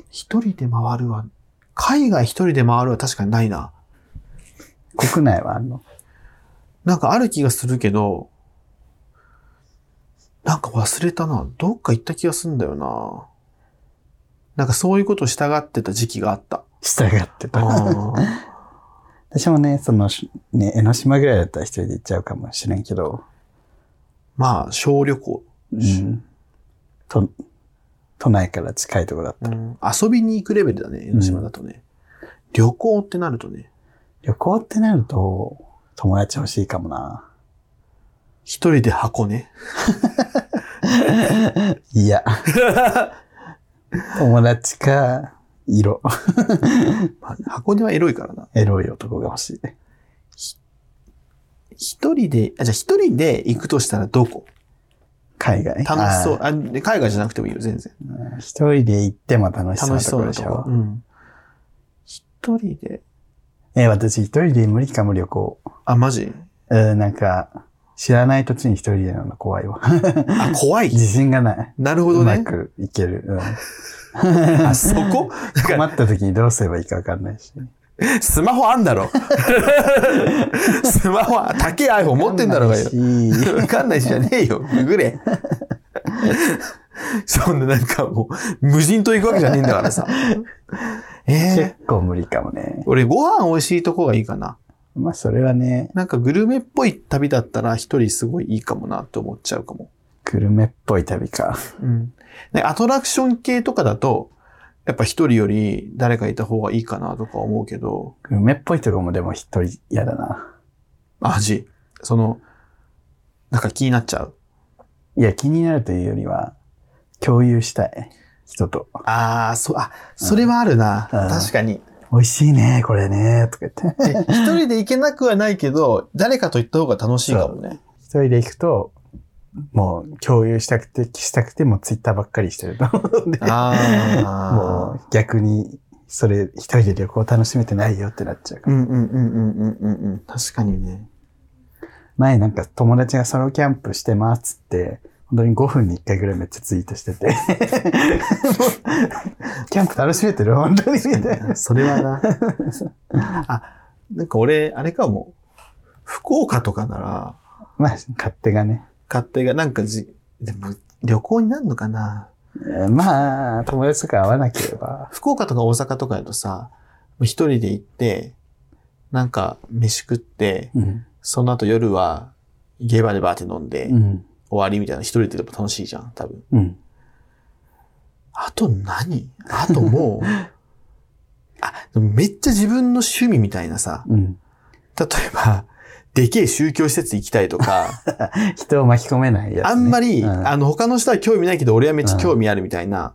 A: 一人で回るは、海外一人で回るは確かにないな。
B: 国内はあんの。
A: なんかある気がするけど、なんか忘れたな。どっか行った気がすんだよな。なんかそういうことを従ってた時期があった。
B: 従ってた。
A: あ
B: 私もね、その、しね、江ノ島ぐらいだったら一人で行っちゃうかもしれんけど、
A: まあ、小旅行、
B: うん。と、都内から近いところだ。
A: 遊びに行くレベルだね、江ノ島だとね。旅行ってなるとね、
B: 旅行ってなると、友達欲しいかもな。
A: 一人で箱ね。
B: いや。友達か、色。
A: まあ箱根はエロいからな。
B: エロい男が欲しい。
A: 一人で、あ、じゃあ一人で行くとしたらどこ
B: 海外。
A: 楽しそう
B: あ。
A: あ、で海外じゃなくてもいいよ、全然。
B: ー。一人で行っても楽しそう
A: 楽
B: な
A: し
B: と
A: そ
B: こ
A: う
B: ろ
A: な
B: でし
A: とこ。。
B: ょ
A: うん。一人で、
B: え、私一人で無理かも旅行。
A: あ、マジ
B: うん、なんか、知らない土地に一人でなの怖いわ。
A: あ、怖 い。
B: 自信がない。
A: なるほ
B: う
A: ど
B: ま
A: ね。
B: くいける。うん
A: あ、そ こだか
B: 困
A: ら、
B: った時にどうすればいいかわかんないし。
A: スマホあんだ ろ。スマホは、高い iPhone 持ってんだろうがよ
B: わ。かん ないし
A: わかんないしじゃねえよ。ググれ。そんななんかもう、無人島行くわけじゃねえんだからさ。ええ
B: 結構無理かもね。
A: 俺、ご飯美味しいとこがいいかな。
B: まあ、それはね、
A: なんかグルメっぽい旅だったら一人すごいいいかもなって思っちゃうかも。
B: グルメっぽい旅か。
A: うん。でアトラクション系とかだと、やっぱ一人より誰かいた方がいいかなとか思うけど、
B: グルメっぽいとこもでも一人嫌だな。
A: 味。その、なんか気になっちゃう。
B: いや、気になるというよりは、共有したい。人と。
A: ああ、そ、あ、それはあるな。
B: うん
A: 確かに。
B: 美味しいね、これね、とか言って。
A: で一人で行けなくはないけど、誰かと行った方が楽しいかもね。
B: 一人で行くと、もう共有したくて、したくて、もうツイッターばっかりしてると思うんで、 も
A: あ
B: う逆に、それ一人で旅行楽しめてないよってなっちゃう
A: あ。
B: か
A: う
B: ら。
A: んうんうんうんうんうんうん。確かにね。
B: 前なんか友達がソロキャンプしてますって、本当に5分に1回ぐらいめっちゃツイートしてて、も うキャンプ楽しめてる本当にみたいな。
A: それはな。 あ、なんか俺、あれかも。福岡とかなら、
B: まあ、勝手がね。
A: 勝手が、なんかじ、でも旅行になるのかな
B: えーまあ、友達とか会わなければ。
A: 福岡とか大阪とかやとさ、一人で行って、なんか飯食って、
B: うん。
A: その後夜はゲバでバーって飲んで、
B: うん。
A: 終わりみたいな、一人ででも楽しいじゃん、多分。
B: うん。
A: あと何あともう、 あ、でもめっちゃ自分の趣味みたいなさ、
B: うん。
A: 例えば、でけえ宗教施設行きたいと か、
B: 人を巻き込めないやつ、ね。
A: あんまり、
B: う
A: あの、他の人は興味ないけど、俺はめっちゃ興味あるみたいな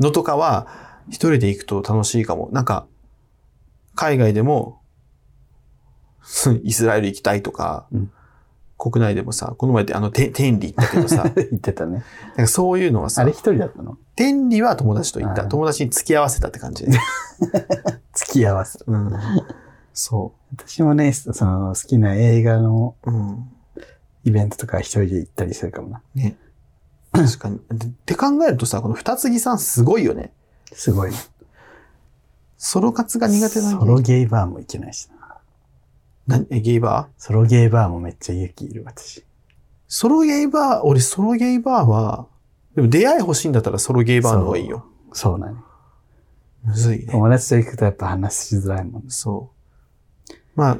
A: のとかは、一人で行くと楽しいかも。なんか、海外でも、 イスラエル行きたいとか、
B: うん
A: 国内でもさ、この前であの、て天理行ったけどさ、 なん
B: 言ってたね。
A: かそういうのはさ
B: あれ、一人だったの
A: 天理は友達と行った。
B: うん
A: 友達に付き合わせたって感じ。
B: 付き合わせ。
A: うん。そ
B: 私もね、その好きな映画の
A: う。うん。
B: イベントとか一人で行ったりするかもな。
A: ね。確かに。でって考えるとさ、この二つ木さんすごいよね。
B: すごいね。
A: ソロ活が苦手な
B: ソ
A: ん
B: ロ
A: で。
B: ゲイバーも行けないしな。
A: なえ、ゲイバー
B: ソロゲイバーもめっちゃ勇気いる私。
A: ソロゲイバー、俺ソロゲイバーは、でも出会い欲しいんだったらソロゲイバーの方がいいよ。
B: そうなの、ね。
A: むずいね。
B: 友達と行くとやっぱ話しづらいもんね。
A: そう。まあ、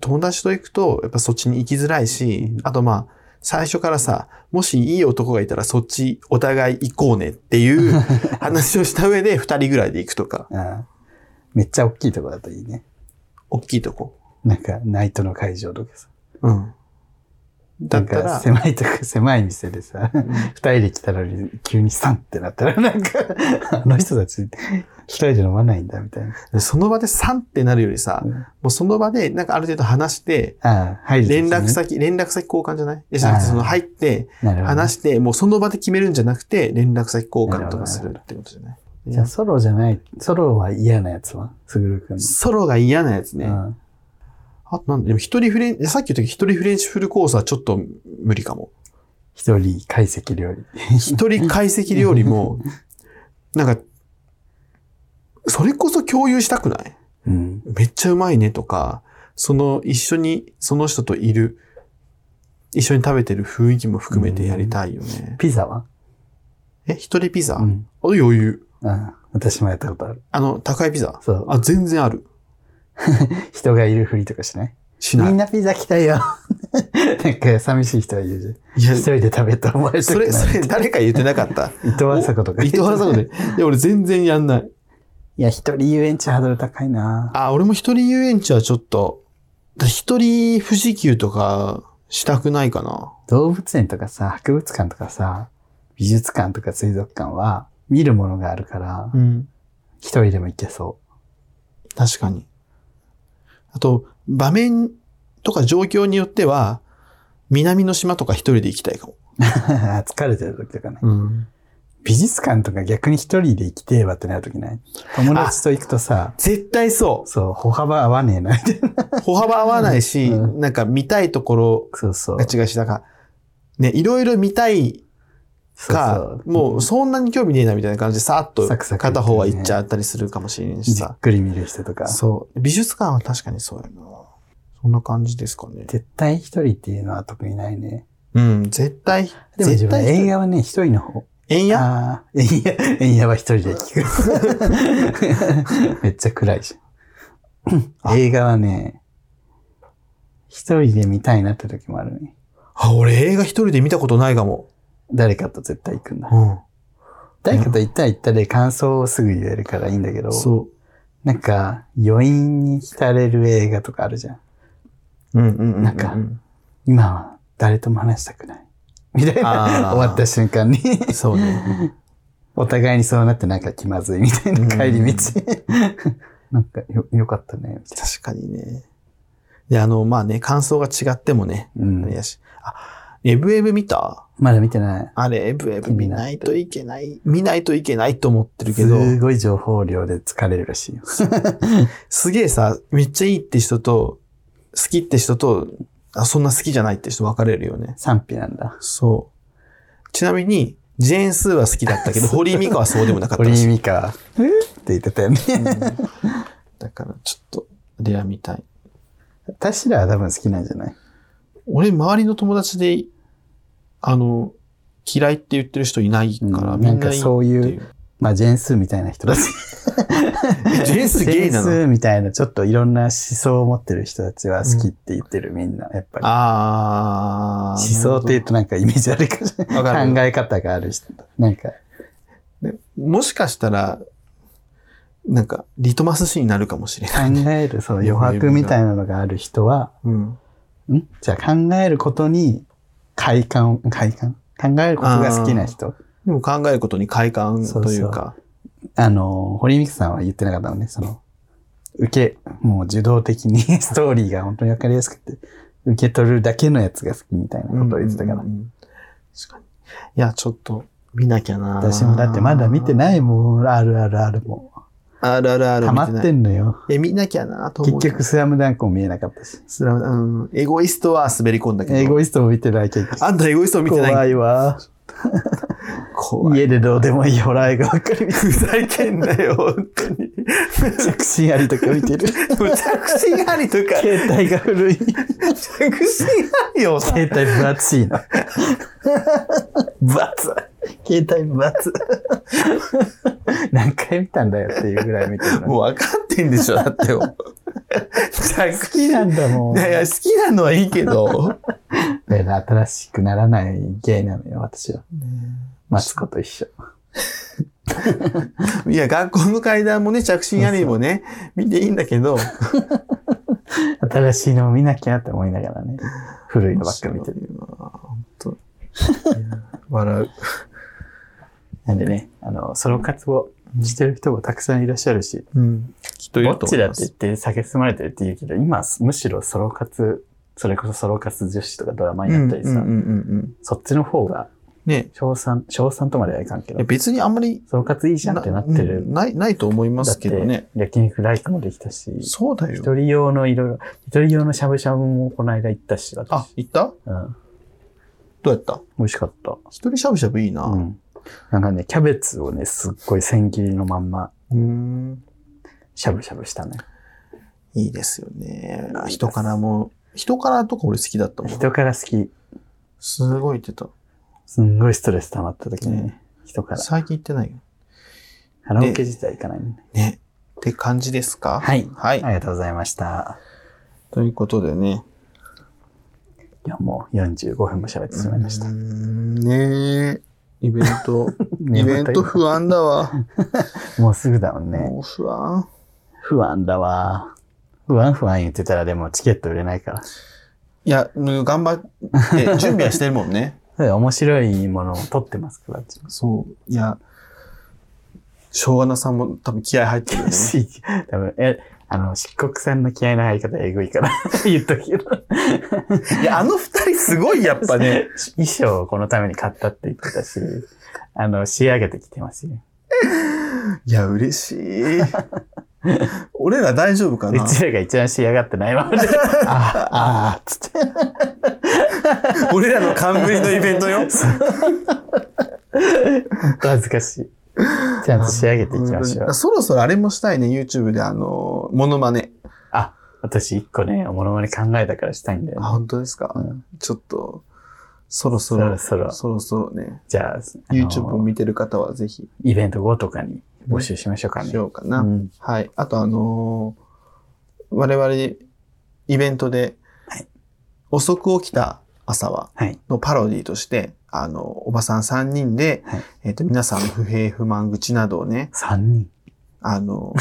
A: 友達と行くと、やっぱそっちに行きづらいし、
B: うん
A: あとまあ、最初からさ、もしいい男がいたらそっちお互い行こうねっていう話をした上で二人ぐらいで行くとか、
B: うん。めっちゃ大きいとこだといいね。
A: 大きいとこ。
B: なんか、ナイトの会場とかさ。
A: うん。だった、
B: なんから狭いとか、狭い店でさ、二人で来たのに急にサンってなったら、なんか、あの人たち、一人で飲まないんだ、みたいな。
A: その場でサンってなるよりさ、
B: うん
A: もうその場でなんかある程度話して、
B: ああ、入る、
A: 連絡。先、連絡先交換じゃないえじゃなくて、その入って、
B: なるほど。
A: 話して、もうその場で決めるんじゃなくて、連絡先交換とかするってことじゃないい
B: じゃ
A: や
B: あ、ソロじゃない、ソロは嫌なやつは、すぐるくんの。
A: ソロが嫌なやつね。あ
B: うん
A: となんだ、でも一人フレン、さっき言ったけど一人フレンチフルコースはちょっと無理かも。
B: 一人、懐石料理。
A: 一人解析料理 も、なんか、それこそ共有したくない
B: うん。
A: めっちゃうまいねとか、その一緒に、その人といる、一緒に食べてる雰囲気も含めてやりたいよね。
B: ピザは
A: え、一人ピザ、あ、
B: ん。
A: 余裕。
B: うん。私もやったことある。
A: あの、高いピザ
B: そう。
A: あ、全然ある。
B: 人がいるふりとかしない
A: しない
B: みん。なピザ来 たよ。なんか、寂しい人はいるじゃん。
A: いや
B: 一、人で食べて思われて
A: それ、それ、誰か言ってなかった。
B: 伊藤麻子とか。
A: 伊藤原さんで。いや、俺全然やんない。
B: いや、一人遊園地ハードル高いな
A: あ、俺も一人遊園地はちょっと、だ一人富士急とかしたくないかな。
B: 動物園とかさ、博物館とかさ、美術館とか水族館は見るものがあるから、
A: うん。
B: 一人でも行けそ
A: 確かに。あと、場面とか状況によっては、南の島とか一人で行きたいかも。
B: う。 疲れてる時とかね。
A: うん。
B: 美術館とか逆に一人で行きてえわってなる時ない友達と行くとさ、
A: 絶対そ
B: そう、歩幅合わねえな、みたいな。
A: う。歩幅合わないし、
B: うん
A: なんか見たいところ
B: そうそう
A: が。違うし、なんか、ね、いろいろ見たい
B: そう
A: か、
B: そう
A: もうそんなに興味ねえなみたいな感じでさっと
B: サクサク
A: 片方は行っちゃったりするかもしれんし
B: じ
A: さ
B: っ。くり見る人とか。
A: そう。美術館は確かにそうやな。そんな感じですかね。
B: 絶対一人っていうのは特にないね。
A: うん、絶対。
B: でも自
A: 絶
B: 分
A: 対
B: 映画はね、一人の方。
A: えんや
B: ああ、いや、いやは一人で 聞く。めっちゃ暗いじゃ
A: あ
B: ん。映画はね、一人で見たいなって時もあるね。
A: あ、俺映画一人で見たことないかも。
B: 誰かと絶対行くんだ。
A: う
B: 誰かと行ったら行ったで感想をすぐ言えるからいいんだけど
A: ん。、そ
B: なんか余韻に浸れる映画とかあるじゃん。
A: う。うんうんうん。
B: なんか
A: う
B: 今は誰とも話したくない。みたいな。
A: あー
B: 終わった瞬間に。
A: そうね。
B: お互いにそうなってなんか気まずいみたいな帰り道。 なんかよ、よかったね、みたいな。
A: 確かにね。で、あの、まあね、感想が違ってもね、
B: うん
A: あれやし。あ、エブエブ見た
B: まだ見てない。
A: あれ、エブエブ見ないといけない、見ないといけないと思ってるけど、
B: すごい情報量で疲れるらしいよ。
A: すげえさ、めっちゃいいって人と、好きって人と、あそんな好きじゃないって人分かれるよね。
B: 賛否なんだ。
A: そう。ちなみに、ジェーン・スーは好きだった けど、堀井美香はそうでもなかった
B: 堀
A: らし
B: 井
A: い。
B: 美香、えって言ってたよね。
A: だから、ちょっと、レアみたい。
B: 私らは多分好きなんじゃない
A: 俺、周りの友達で、あの、嫌いって言ってる人いないから、
B: うん
A: みん
B: なん
A: な
B: か
A: いいって
B: そういう
A: いう。
B: まあ、ジェーンスーみたいな人だし。
A: えジェーンスーゲイな
B: ジェーン
A: の
B: スーみたいな、ちょっといろんな思想を持ってる人たちは好きって言ってる、みんな。やっぱり。
A: あ
B: 思
A: ー。
B: 想って言うとなんかイメージあるか
A: わからる
B: 考え方がある人。なんか、
A: ねもしかしたら、なんか、リトマス紙になるかもしれない。
B: 考える、その余白みたいなのがある人は、
A: うん。
B: んじゃあ考えることに快感を、快感考えることが好きな人。
A: でも考えることに快感というか、
B: あの、堀美香さんは言ってなかったもんね、その、受け、もう受動的に ストーリーが本当にわかりやすくて、受け取るだけのやつが好きみたいなことを言ってたから。
A: うんうんうん確かに。いや、ちょっと、見なきゃな
B: 私もだってまだ見て
A: い。
B: ないもん、あるあるあるも。
A: あるあるある。
B: 溜まってんのよ。
A: え、見なきゃなと思
B: 結
A: う。
B: 局、スラムダンクも見えなかったし。
A: スラムうん、エゴイストは滑り込んだけど。
B: エゴイストも見てない結局。
A: あんたエゴイストを見てない。
B: 怖いわ。
A: 怖い。
B: 家でどうでもいいホラー映画ばっかり見て
A: ふざけんなよ、本当に。
B: る。着信ありとか見てる。
A: むちゃくちゃありとか、
B: 携帯が古い。
A: 着信ありよ。
B: 携帯分厚いな。分厚い。携帯分厚い。何回見たんだよっていうぐらい見てるのに。
A: もう分かってんでしょ、だってよ。着
B: 好きなんだもん。
A: いやいや、好きなのはいいけど。
B: だから新しくならない芸なのよ、私は。マツコと一緒。
A: いや、学校の階段もね、着信ありもね、見ていいんだけど。
B: 新しいのを見なきゃって思いながらね。古いのばっか見てる。
A: 面白いな本当いや笑う。
B: なんでね、あの、ソロ活をしてる人もたくさんいらっしゃるし、
A: うん。きっとい
B: ぼ
A: る
B: っ
A: と
B: ち
A: 思い
B: だっ
A: ま
B: て言っ
A: す。
B: て蔑まれてるって言うけど、今むしろソロ活、それこそソロ活女子とかドラマになったりさ、
A: うんうんうんうん
B: そっちの方が
A: ね
B: 賞賛、賞賛とまではいかんけ
A: いや
B: ど、
A: 別にあんまり
B: 総括いいじゃんってなって
A: う
B: る
A: ん。ない、ないと思いますけど
B: だっ
A: ね
B: て。焼肉ライクもできたし、一
A: そうだよ。
B: 人用のいろいろ、一人用のしゃぶしゃぶもこの間行ったし、私
A: あ、行った
B: うん、
A: どうやった
B: 美味しかった。
A: 一人しゃぶしゃぶいいな。
B: う。
A: うん
B: なんかね、キャベツをね、すっごい千切りのまんま、
A: ーん。
B: しゃぶしゃぶしたね。
A: いいですよね。あ人からも、人からとか俺好きだったもん。
B: 人から好き。
A: すごい言ってた。
B: すんごいストレス溜まった時にね、人から。
A: 最近行ってないよ。
B: カラオケ自体行かないね。
A: ね。って感じですか
B: はい
A: はい。
B: ありがとうございました。
A: ということでね。
B: いや、もう45分も喋ってしまいました
A: うー。んねえ。イベント、 イベント不安だわ。
B: もうすぐだもんね。
A: もう不安。
B: 不安だわ。不安不安言ってたらでもチケット売れないから。
A: いや、うん頑張って、準備はしてるもんね。
B: ただ面白いものを撮ってますから、うち
A: そう。いや、昭和なさんも多分気合入ってるよね。
B: 多分、え、あの、漆黒さんの気合の入り方えぐいから 言っとくけど。
A: いや、あの二人すごいやっぱね。
B: 衣装をこのために買ったって言ってたし、あの、仕上げてきてますよ。
A: いや、嬉しい。俺ら大丈夫か
B: う
A: な
B: ちらが一番仕上がってな いままで、ああ、ああ、つって。
A: 俺らの冠のイベント よ。
B: 恥ずかしい。ちゃんと仕上げていきましょう。
A: そろそろあれもしたいね、YouTube であの、モノマネ。
B: あ、私一個ね、おもろもろ考えたからしたいんだよ、
A: あ、
B: ね。
A: 本当ですか、
B: うん
A: ちょっと、そろそ
B: そろ
A: ろ、
B: そろ。
A: そろそろね、
B: じゃあ、あの
A: YouTube を見てる方はぜひ、
B: イベント後とかに募集しましょうかね。
A: しようか
B: う
A: な。
B: ん、
A: はい。あとあのー我々、イベントで、
B: はい
A: 遅く起きた朝は、
B: はい。
A: のパロディとして、あの、おばさん3人で、
B: はい
A: えっ、と、皆さんの不平不満口などをね、
B: 3人。
A: あの、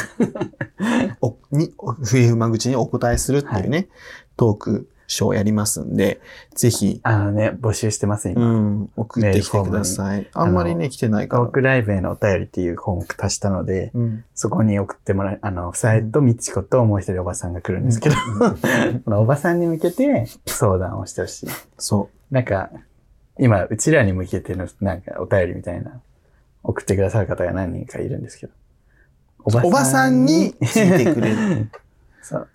A: おにお不平不満口にお答えするっていうね、トークショーをやりますんで、ぜひ、
B: あのね、募集してます、
A: う
B: 今。
A: ん、送ってきてください。あんまりね、来てないか
B: ト
A: ら
B: ー。クライブへのお便りっていう項目足したので、
A: うん、
B: そこに送ってもらえ、あの、夫妻とみち子ともう一人おばさんが来るん ですけど、このおばさんに向けて相談をしてほしい。
A: そ
B: なんか、今、うちらに向けての、なんか、お便りみたいな、送ってくださる方が何人かいるんですけど。おば
A: おばさんに聞いてくれる。
B: そう。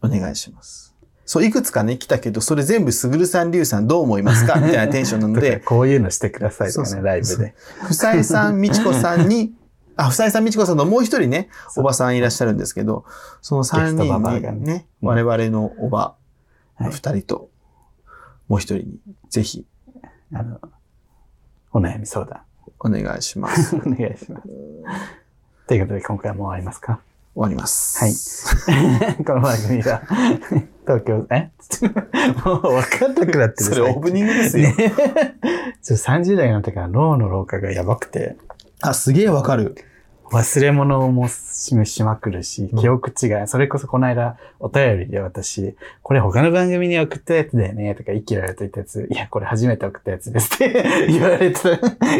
A: お願いします。そう、いくつかね、来たけど、それ全部すぐるさん、りゅうさんどう思います かみたいなテンションなの
B: とか
A: で、
B: こういうのしてくださいとか
A: そうそ
B: ね、
A: う
B: ライブ
A: そ
B: で
A: う。ふさえさん、みちこさんに、あ、ふさえさん、みちこさんのもう一人ね、
B: そ
A: お
B: う
A: ばさんいらっしゃるんですけど、その3
B: ゲストババア
A: 人
B: が
A: に
B: ね
A: ね、
B: うん
A: 我々のおば、
B: はい
A: 2人と、もう一人に、ぜひ
B: あの、お悩み相談。
A: お願いし ます。終
B: お願いします。ということで、今回はもう終わりますか
A: わります。
B: はいこの番組は、東京、え もう分かんなくなってる
A: それオープニングですよ。
B: ね、 ちょっと30代になってから脳の老化がやばくて、
A: あ、すげえわかる。
B: 忘れ物もししまくるし、
A: うん
B: 記憶違い、それこそこの間お便りで私、これ他の番組に送ったやつだよねとか言い切られていたやつ、いや、これ初めて送ったやつですって 言われた、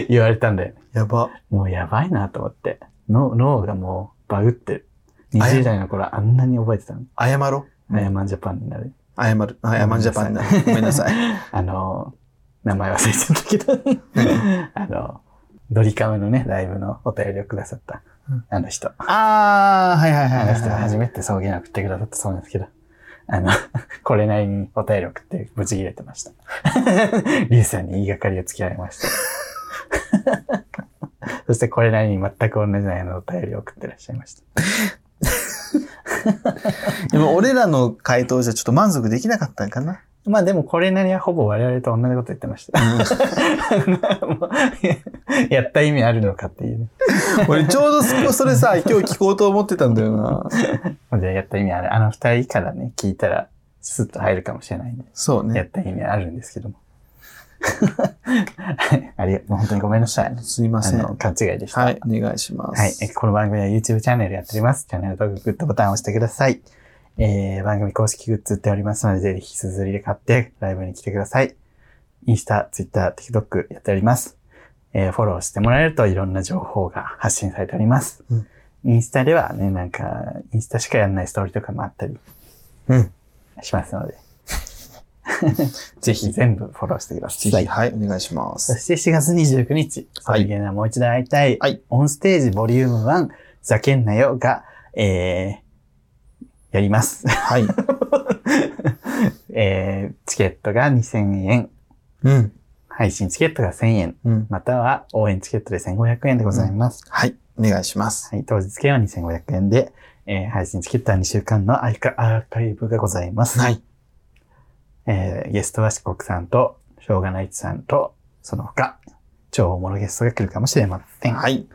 B: 言われたんだよね。
A: やば。
B: もうやばいなと思って。脳脳がもうバグってる。20代の頃あんなに覚えてたの。
A: 謝ろ。
B: アヤマンジャパンになる。
A: 謝る。謝んジャパンになる。ごめんなさい。
B: あの、名前忘れちゃったけど、 あの、ドリカムのね、ライブのお便りをくださった
A: うん、
B: あの人。
A: あー、はいはい
B: あ
A: はい
B: の
A: はい
B: 人が初めて送迎送ってくださったそうなんですけど、あの、 これなりにお便り送ってブチ切れてました。 リュウさんに言いがかりをつけられま した。そしてこれなりに全く同じ内容のお便りを送ってらっしゃいました。
A: でも俺らの回答じゃちょっと満足できなかったんかな。
B: まあでもこれなりはほぼ我々と同じこと言ってました。もう やった意味あるのかっていうね。
A: 俺ちょうどそこそれ さ、今日聞こうと思ってたんだよな。
B: じゃあやった意味ある。あの二人からね、聞いたら、スッと入るかもしれないんで、
A: そう
B: や
A: ね。
B: った意味あるんですけども。 はいありがもう本当にごめんなさい。
A: すいま
B: あ
A: せん。
B: の、
A: は
B: 勘違いでした。
A: い、お願いしま
B: はい。
A: す。
B: えこの番組は YouTube チャンネルやっております。チャンネル登録、グッドボタンを押してください。えー、番組公式グッズ売っておりますので、ぜひ、すずりで買って、ライブに来てください。インスタ、ツイッター、TikTok やっております。えー、フォローしてもらえるといろんな情報が発信されております。
A: うん
B: インスタではね、なんか、インスタしかやらないストーリーとかもあったり
A: うん。
B: しますので、
A: ぜ
B: ぜ
A: ひ、
B: ひ
A: ぜ
B: 全部フォローしてくだ
A: ひ、
B: さい。
A: はい、お願いしま
B: そ
A: す。
B: して7月29日、
A: は
B: サ
A: い
B: ビゲーナーもう一度会いたい、
A: はい
B: オンステージボリューム1、ざけんなよが、えー、やります。
A: はい。
B: えー、チケットが2000円、
A: うん。
B: 配信チケットが1000円、
A: うん。
B: または応援チケットで1500円でございます。
A: はい、お願いします。
B: はい、当日券は2500円で、えー、配信チケットは2週間のアイカアーカイブがございます。
A: はい。
B: えー、ゲストは四国さんと、しょうがないちさんと、その他、超大物ゲストが来るかもしれません。
A: はい。い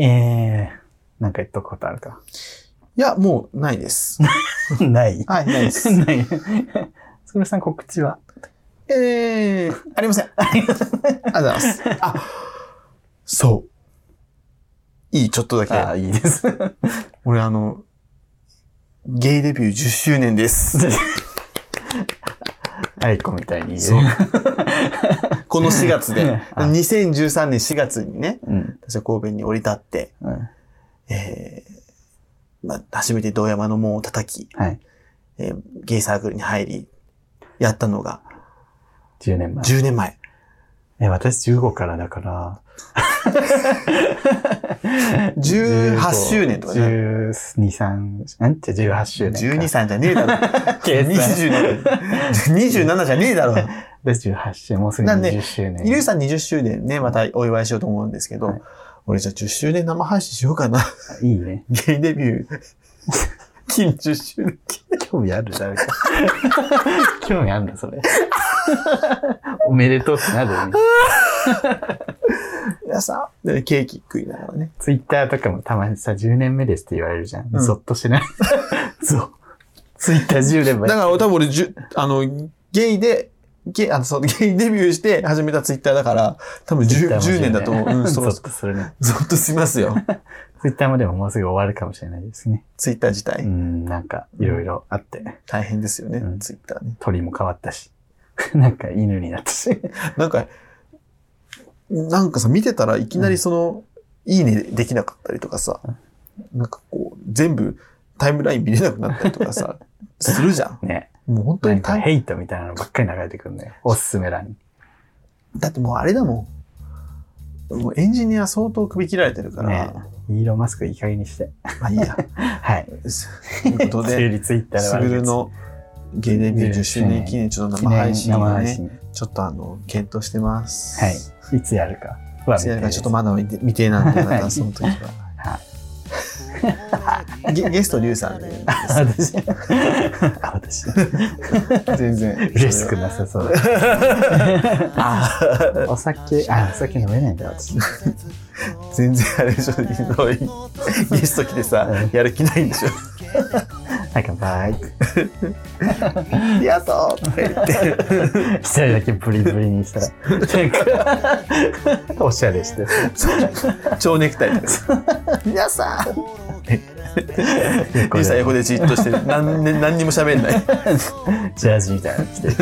B: えー、なんか言っとくことあるか。
A: や、もう、ないです。
B: ない。
A: はい、ない です。
B: ない。つぐるさん告知は
A: えー、ありません。 ありがとうございます。あ、そう。いい、ちょっとだけ。
B: ああ、いいです。
A: 俺あの、ゲイデビュー10周年 です。
B: アイコみたいに言
A: そう
B: う。
A: この4月 で。
B: あ
A: 2013年4月にね、
B: うん。
A: 私は神戸に降り立って、
B: うん。
A: えー、まあ、初めて道山の門を叩き、
B: はい。
A: えーゲイサークルに入り、やったのが
B: 10年前。
A: 10年前。
B: え、私15からだから。
A: 18周年とかね
B: 12、3、なんて18周年か。
A: 12歳じゃねえだろ。
B: 計算
A: 20 27じゃねえだろ。
B: 私18周年、もうすぐ
A: なんで
B: 20周年。
A: イルさん20周年ね、またお祝いしようと思うんですけど、
B: はい
A: 俺じゃあ10周年生配信しようかな。
B: いいね。
A: ゲイデビュー。近10周年。
B: 興味ある誰か。 興味あるの それ。おめでとうってなるよね。
A: 皆さん、でケーキ食いながらね。
B: ツイッターとかもたまにさ、10年目ですって言われるじゃん。
A: うん
B: ゾッと しない。そう。ツイッター10年
A: だ
B: 前。
A: から多分俺、じゅあの、ゲイで、ゲイ、あの、そう、ゲイデビューして始めたツイッターだから、多分 10, 10年だと思う。 うん、
B: ゾ
A: そう
B: ッ。とするね。
A: ゾッとします よ。
B: ツイッターもでももうすぐ終わるかもしれないですね。
A: ツイッター自
B: う
A: 体。
B: ん、なんかいろいろあって、
A: 大変ですよね、
B: うん
A: ツイッターね。
B: 鳥も変わったし、 なんか犬になっ たし。
A: なんか、なんかさ、見てたらいきなりその、いいねできなかったりとかさ、なんかこう、全部タイムライン見れなくなったりとか さ、するじゃん。
B: ね。
A: もう本当
B: な
A: に
B: んか
A: 大変。
B: ヘイトみたいなのばっかり流れてくるんだよ。おすすめ欄に。
A: だってもうあれだもん。もうエンジニア相当首切られてるから、
B: ねイーロンマスクいい加減にして。
A: まあいい や。
B: はい。
A: ということ
B: 整
A: で、
B: 理ツイッター
A: スグルのゲーデンビュー10周年記念ちょっと生配信
B: 生
A: を
B: 配
A: ね、
B: 信。
A: ちょっとあの、検討してます。
B: はい。いつやるかは未定です。
A: せやからちょっとまだ未定なんで、またその時は。
B: は
A: ゲゲスト、リュウさんで、
B: あ私。あ、 私。
A: 全然。
B: 嬉しくなさ そうだ。
A: あー
B: お酒、あ、お酒飲めないんだ、私。
A: 全然あれでしょ、ゲスト来てさ、やる気ないんでしょ。
B: なんか、バー イ。
A: ありがとうって言って。
B: 一人だけブリブリにしたら、なんか、 おしゃれして。
A: 蝶ネクタイとか。皆さんリュウさん横でじっとして る何ね何にも喋んない。
B: ジャージみたいなの着てる。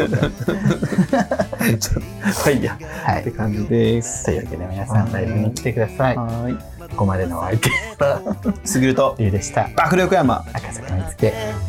A: ちょっとはいいや。
B: はい。って感じです。というわけで皆さんライブに来てください。
A: は
B: ここまでのお相手は、
A: い。すぐると
B: りゅうでした。
A: 爆力山。
B: 赤坂見つけ。
C: 「